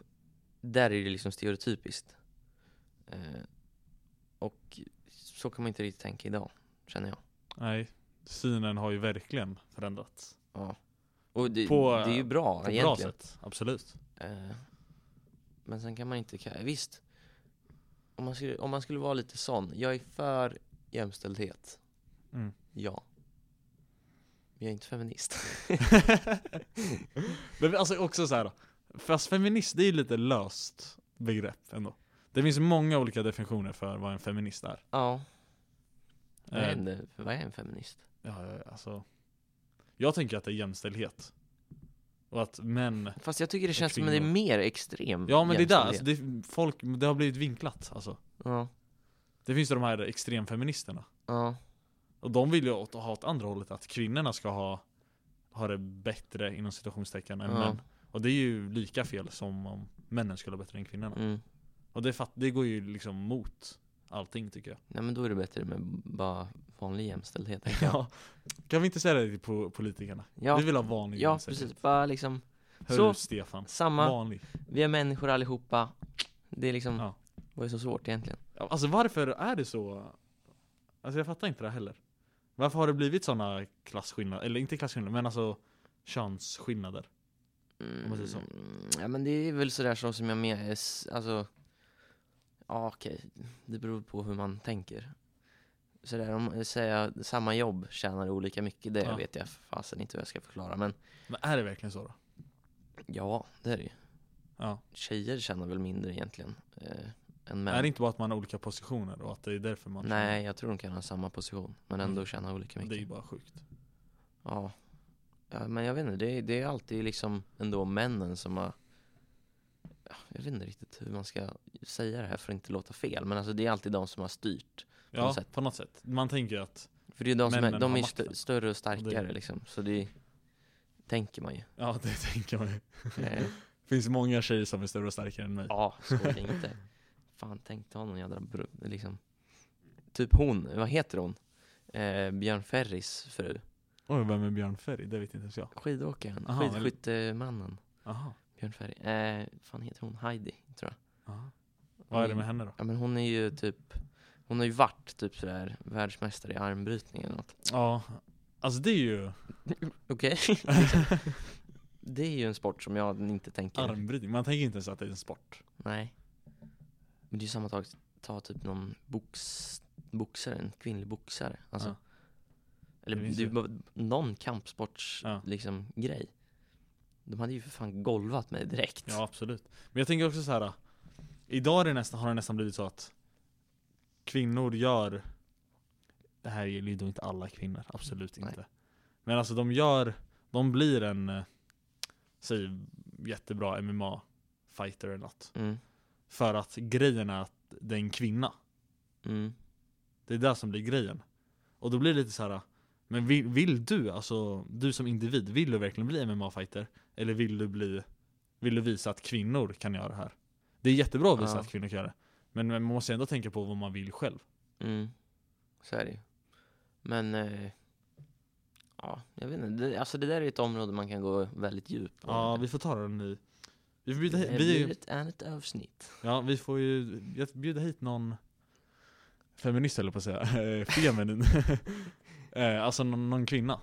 där är det liksom stereotypiskt. Eh, och så kan man inte riktigt tänka idag, känner jag.
Nej. Synen har ju verkligen förändrats.
Ja. Och det,
På-
det är ju bra
På ett bra
egentligen.
sätt. Absolut.
Eh, men sen kan man inte, ka- visst. Om man, skulle, om man skulle vara lite sån, jag är för jämställdhet,
Mm.
ja. Men jag är inte feminist.
Men alltså också så här. Fast feminist, det är ju lite löst begrepp ändå. Det finns många olika definitioner för vad en feminist är.
ja. Vad
Eh,
är, en, vad är en feminist?
Ja, ja, alltså. Jag tänker att det är jämställdhet. Och att män
Fast jag tycker det känns som att det är
kvinnor.
mer extrem
Ja men det är där, alltså,
Mm, jämställdhet.
det, folk, det har blivit vinklat alltså.
Ja,
Det finns ju de här extremfeministerna.
ja,
Och de vill ju åt, ha åt andra hållet, att kvinnorna ska ha, ha det bättre inom situationstecken än
Ja.
män. Och det är ju lika fel som om männen skulle ha bättre än kvinnorna.
mm.
Och det, fatt, det går ju liksom mot allting tycker jag.
Nej men då är det bättre med bara vanlig jämställdhet tänker jag.
Ja. Kan vi inte säga det till po- politikerna?
Ja,
Vi vill ha vanlig
ja
jämställdhet.
precis, bara liksom
Hör
Så-
du Stefan?
samma,
Vanlig.
vi är människor allihopa Det är liksom,
Ja.
vad är så svårt egentligen?
Ja, Alltså varför är det så? Alltså jag fattar inte det heller. Varför har det blivit sådana klasskillnader, eller inte klasskillnader men alltså könsskillnader?
Mm.
Om man säger så.
Ja men det är väl sådär så som jag menar, s- alltså Ja okej, det beror på hur man tänker Sådär om, eh, säga samma jobb tjänar olika mycket, det
Ja.
vet jag fasen inte hur jag ska förklara men
Men är det verkligen så då?
Ja, det är det ju
Ja.
tjejer tjänar väl mindre egentligen eh, än män.
Är det inte bara att man har olika positioner och att det är därför man
Nej, jag tror de kan ha samma position, men ändå
Mm.
tjäna olika mycket.
Det är ju bara sjukt.
Ja. ja, men jag vet inte, det är, det är alltid liksom ändå männen som har Ja, jag vet inte riktigt hur man ska säga det här för att inte låta fel, men alltså det är alltid de som har styrt.
Ja,
något sätt.
på något sätt. Man tänker ju att,
För det är de som är,
Männen
de
har
är ju
makten.
stö- större och starkare liksom, så det tänker man ju.
ja det tänker man ju.
Eh,
Finns många tjejer som är större och starkare än mig.
ja, skoja inte. Fan, tänk ta någon jädra br- liksom. Typ hon, vad heter hon? Eh, Björn Ferris fru.
Oj, vem är Björn Ferry? Det vet inte ens jag.
Skidåkaren,
Aha, men-
skidskyttemannen.
Aha.
Björn Ferry. Eh, fan heter hon? Heidi, tror jag.
Ja. Vad är det med henne då?
Ja men hon är ju typ, hon har ju varit typ sådär världsmästare i armbrytning eller något.
Ja, alltså det är ju
Okej. det är ju en sport som jag inte tänker.
armbrytning. Man tänker inte ens att det är en sport.
Nej. Men det är ju samma sak, ta typ någon box, boxare, en kvinnlig boxare. Alltså.
Ja.
Eller
Det
det
finns
är ju
ju-
bara någon kampsports
Ja.
liksom, grej. De hade ju för fan golvat mig direkt.
Ja absolut. Men jag tänker också så här. Idag är det nästan, har det nästan blivit så att kvinnor gör, det här gäller ju då inte alla kvinnor, absolut
Nej.
inte. Men alltså de gör, de blir en, eh, säg jättebra MMA fighter eller något.
Mm.
För att grejen är att det är en kvinna.
Mm.
Det är det som blir grejen. Och då blir det lite så här. Men vill, vill du, alltså du som individ, vill du verkligen bli MMA-fighter? Eller vill du bli, vill du visa att kvinnor kan göra det här? Det är jättebra att visa
Ja.
att kvinnor kan göra det. Men men man måste ändå tänka på vad man vill själv.
Mm. Så är det ju. Men, eh, ja, jag vet inte. Det, alltså det där är ett område man kan gå väldigt djupt på.
Ja, vi får ta den i... Vi får bjuda hit, vi,
det
är
blir
ju-
ett annat avsnitt.
ja, vi får ju jag bjuda hit någon feminist eller på att säga. Eh, Feminin. Eh, alltså någon, någon kvinna,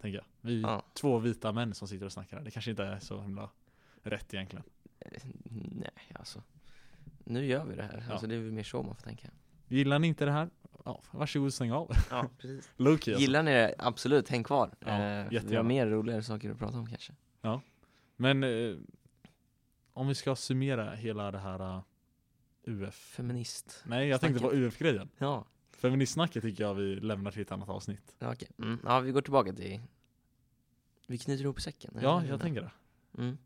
tänker jag. Vi är
Ja.
två vita män som sitter och snackar här. Det kanske inte är så himla rätt egentligen.
Eh, Nej, alltså. Nu gör vi det här.
Ja.
Alltså det är väl mer så man får tänka.
Gillar ni inte det här? Ja, varsågod stäng av.
Ja, precis.
Loki alltså.
Gillar ni det? Absolut, häng kvar.
Ja,
Eh, vi
jättegärna.
har mer roligare saker att prata om kanske.
Men eh, om vi ska summera hela det här eh, UF.
Feminist.
Nej, jag tänkte på UF-grejen.
Ja,
Feministsnacket tycker jag vi lämnar till ett annat avsnitt.
ja, okej. Mm. Ja, vi går tillbaka till... Vi knyter ihop säcken. eller?
Ja, jag tänker det.
Mm.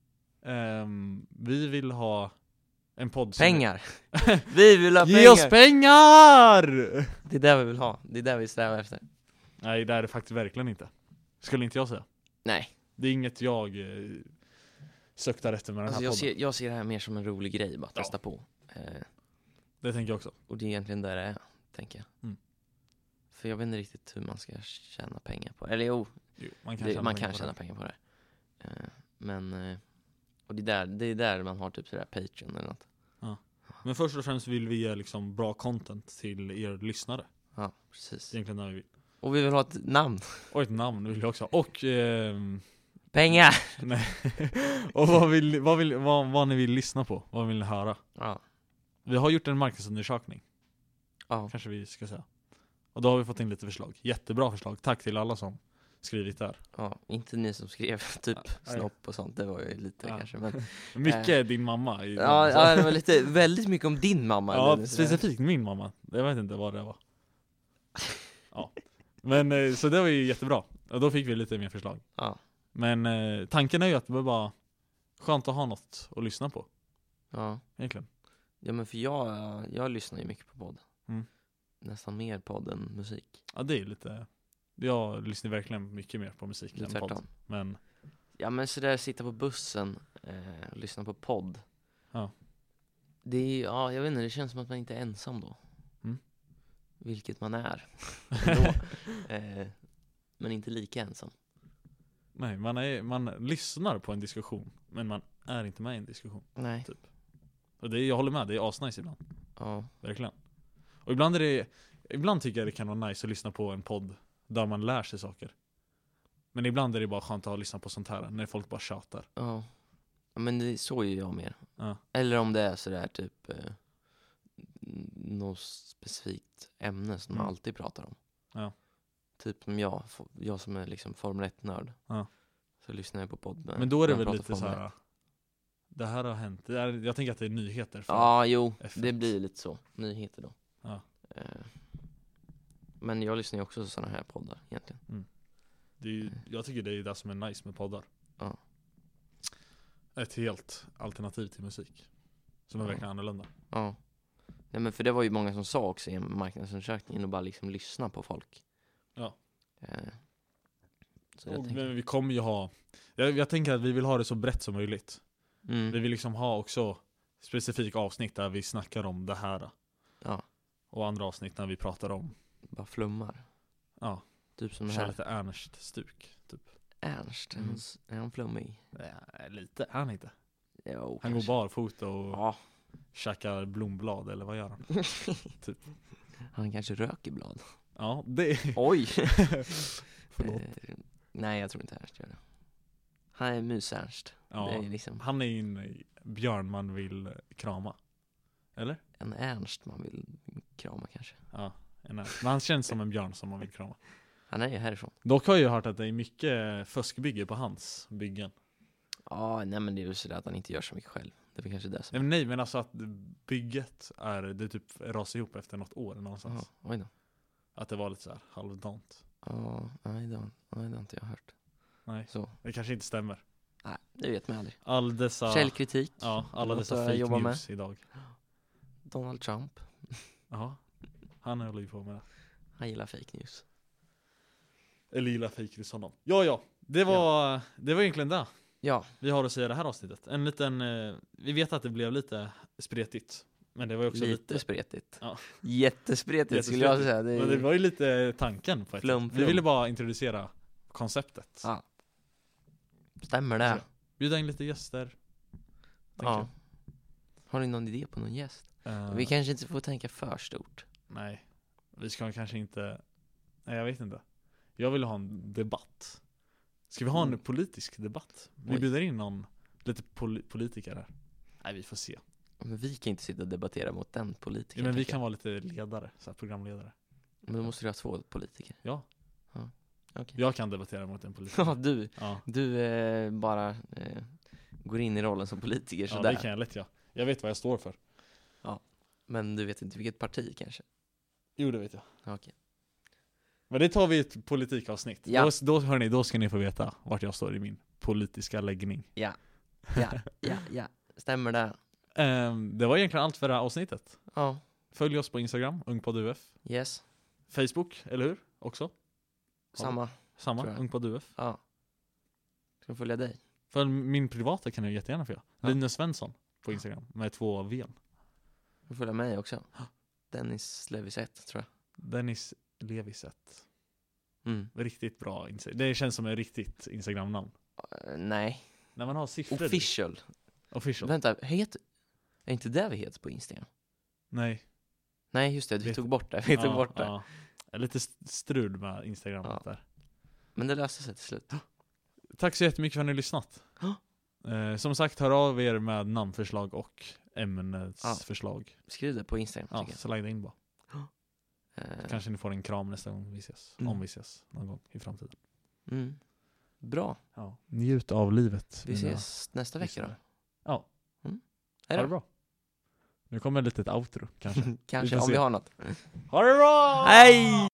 Ehm, vi vill ha en podd som-
Pengar! vi vill ha pengar!
Ge oss pengar!
Det är det vi vill ha, det är det vi strävar efter
Nej, det är det faktiskt verkligen inte. Skulle inte jag säga.
Nej,
Det är inget jag eh, söktar efter med den
alltså
här
jag
podden.
ser, jag ser det här mer som en rolig grej bara att
Ja.
testa på eh,
Det tänker jag också.
Och det är egentligen där det är, tänker jag
Mm.
För jag vet inte riktigt hur man ska tjäna pengar på Eller jo,
Jo, man kan
det,
tjäna
man
pengar på
kan
det.
tjäna pengar på det eh, Men, eh, och det är, där, det är där man har typ sådär Patreon eller något
Men först och främst vill vi ge liksom bra content till er lyssnare.
Ja, precis
Egentligen där vi vill.
Och vi vill ha ett namn,
Och ett namn vill jag också ha. Och, ehm,
pengar!
och vad, vill, vad, vill, vad, vad ni vill lyssna på. Vad vill ni höra?
Ja,
Vi har gjort en marknadsundersökning,
ja,
kanske vi ska säga. Och då har vi fått in lite förslag. Jättebra förslag. Tack till alla som skrivit där.
ja, inte ni som skrev typ
nej.
snopp och sånt, det var ju lite
Ja.
kanske men
Mycket
Eh.
är din mamma. I
Ja, ja, det var lite, väldigt mycket om din mamma
ja,
Linus.
specifikt min mamma. Jag vet inte vad det var. Ja. Men eh, så det var ju jättebra. Och då fick vi lite mer förslag.
Ja,
Men eh, tanken är ju att det var bara skönt att ha något att lyssna på
ja.
egentligen.
ja men för jag, jag lyssnar ju mycket på podd
Mm.
Nästan mer podd än musik
Ja det är lite, jag lyssnar verkligen mycket mer på musik
Det är
än podd.
tvärtom
Men
Ja men sådär sitta på bussen eh, och lyssna på podd
Ja.
Det är, ja jag vet inte, det känns som att man inte är ensam då
Mm.
Vilket man är ändå. eh, Men inte lika ensam
nej, man, är, man lyssnar på en diskussion men man är inte med i en diskussion.
Nej
Och det, är- jag håller med, det är asnice ibland.
Ja,
Verkligen. Och ibland är det, ibland tycker jag det kan vara nice att lyssna på en podd där man lär sig saker. Men ibland är det bara skönt att ha lyssnat på sånt här, när folk bara tjatar.
ja Ja, men det, så är ju jag mer
Ja.
Eller om det är sådär typ eh, n- något specifikt ämne som
Mm.
man alltid pratar om.
Ja.
Typ som jag, fo- jag som är liksom Formel 1-nörd.
Ja.
Så lyssnar jag på podd med-
Men då är det
när jag
väl
pratar
lite så
Formel
här.
1.
Det här har hänt. Det är, jag tänker att det är nyheter. För,
Ja, jo,
F1.
det blir lite så. Nyheter då.
Ja.
Eh, men jag lyssnar ju också på sådana här poddar egentligen.
Det är ju, jag tycker det är det som är nice med poddar.
Ja.
Ett helt alternativ till musik. Som är
Ja.
verkligen annorlunda.
Ja. Nej men för det var ju många som sa också i marknadsundersökningen och bara liksom lyssna på folk.
Ja.
Eh, så jag
Och,
tänker,
men vi kommer ju ha, jag, jag tänker att vi vill ha det så brett som möjligt. Vi
mm,
vill liksom ha också specifika avsnitt där vi snackar om det här.
Ja.
Och andra avsnitt när vi pratar om,
bara flummar.
ja,
Typ som det
kör
här.
lite Ernst-stuk. Typ.
Ernst, är
Mm.
han s- är han flummig?
Ja, lite, är han inte?
Jo,
Han går
kanske.
barfota och
Ja,
käkar blomblad eller vad gör han? Typ.
han kanske röker ibland.
Ja, det
Oj!
Förlåt.
Eh, Nej, jag tror inte Ernst gör det. Han är mys-Ernst.
Ja.
Det är liksom
Han är ju en björn man vill krama. Eller?
en Ernst man vill krama kanske.
Ja, en älg. Men han känns som en björn som man vill krama.
Han är ju härifrån.
Dock har jag ju hört att det är mycket fuskbygge på hans byggen.
Ja, nej men det är väl sådär att han inte gör så mycket själv. Det är väl kanske det som...
Nej, men Nej men alltså att bygget är, det typ rasar ihop efter något år någonstans.
Ja, oj då.
Att det var lite så här halvdant.
Ja, nej det har- nej, det har inte jag hört.
Nej.
Så,
Det kanske inte stämmer.
nej, det vet man aldrig.
All dessa,
Källkritik,
ja, alla
Något
dessa
att äh,
fake
jobba med.
news idag.
Donald Trump,
Ja, han håller ju på med det.
han gillar fake news.
Eller gillar fake news honom. Ja ja, det var, det var egentligen det.
Ja,
vi har att säga i det här avsnittet. En liten, eh, vi vet att det blev lite spretigt. Men det var ju också
lite,
lite,
spretigt.
Ja.
Jättespretigt skulle jag säga. Det
men det
är...
var ju lite tanken på ett
Flum,
sätt. Vi
flum.
ville bara introducera konceptet.
Ja. Stämmer det?
Bjuda in lite gäster. tänker
Ja. Har ni någon idé på någon gäst?
jag. Eh,
Vi kanske inte får tänka för stort.
Nej, vi ska kanske inte, nej jag vet inte. Jag vill ha en debatt. Ska vi ha en
Mm.
politisk debatt? Vi
Oj.
bjuder in någon, lite pol- politiker här. Nej vi får se.
Men vi kan inte sitta och debattera mot den politikern.
men vi
tänker
kan vara lite ledare, så här programledare.
jag. men då måste du ha två politiker.
Ja.
Ja. Okej.
Jag kan debattera mot en politiker.
Ja, du,
ja.
du eh, bara eh, går in i rollen som politiker
Ja
sådär.
det kan jag lätt ja. Jag vet vad jag står för.
Men du vet inte vilket parti kanske?
Jo det vet jag.
Ja, Okej.
Men det tar vi i ett politikavsnitt.
Ja.
Då, då, hörni, då ska ni få veta vart jag står i min politiska läggning.
Ja, ja, ja. Stämmer det?
Ehm, det var egentligen allt för det här avsnittet.
Ja.
Följ oss på Instagram, ungpodduf.
Yes.
Facebook, eller hur? Också.
Samma. Tror
Samma,
jag.
ungpodduf.
Ja. Ska jag följa dig?
Följ min privata kan du jättegärna få göra.
Ja.
Linus Svensson på Instagram med två V.
Ska jag följa mig också? Dennis Levisett tror
Dennis Leviset.
jag. Mm.
Riktigt bra Instagram. Det känns som ett riktigt Instagram-namn.
Eh, nej.
När man har siffror.
Official.
Official.
Vänta, het... är inte det vi heter på Instagram?
Nej.
Nej just det, vi
Vet-
tog bort det, vi tog bort det.
Ja. Jag är Lite st- strul med Instagram
Ja.
där.
Men det löste sig till slut.
Tack så jättemycket för att ni har lyssnat. Eh, som sagt, hör av er med namnförslag och ämnesförslag.
Skriv det på Instagram
Ja,
tycker
slida in bara.
jag. Eh,
Kanske ni får en kram nästa gång vi ses.
Mm.
Om vi ses någon gång i framtiden.
Mm. Bra,
Ja. Njut av livet.
vi
mina
ses nästa vecka då.
lyssnare. Ja, ha
Hej då.
det bra. Nu kommer ett litet outro kanske.
Kanske,
får
om vi
se.
har något.
ha det bra!
Hej!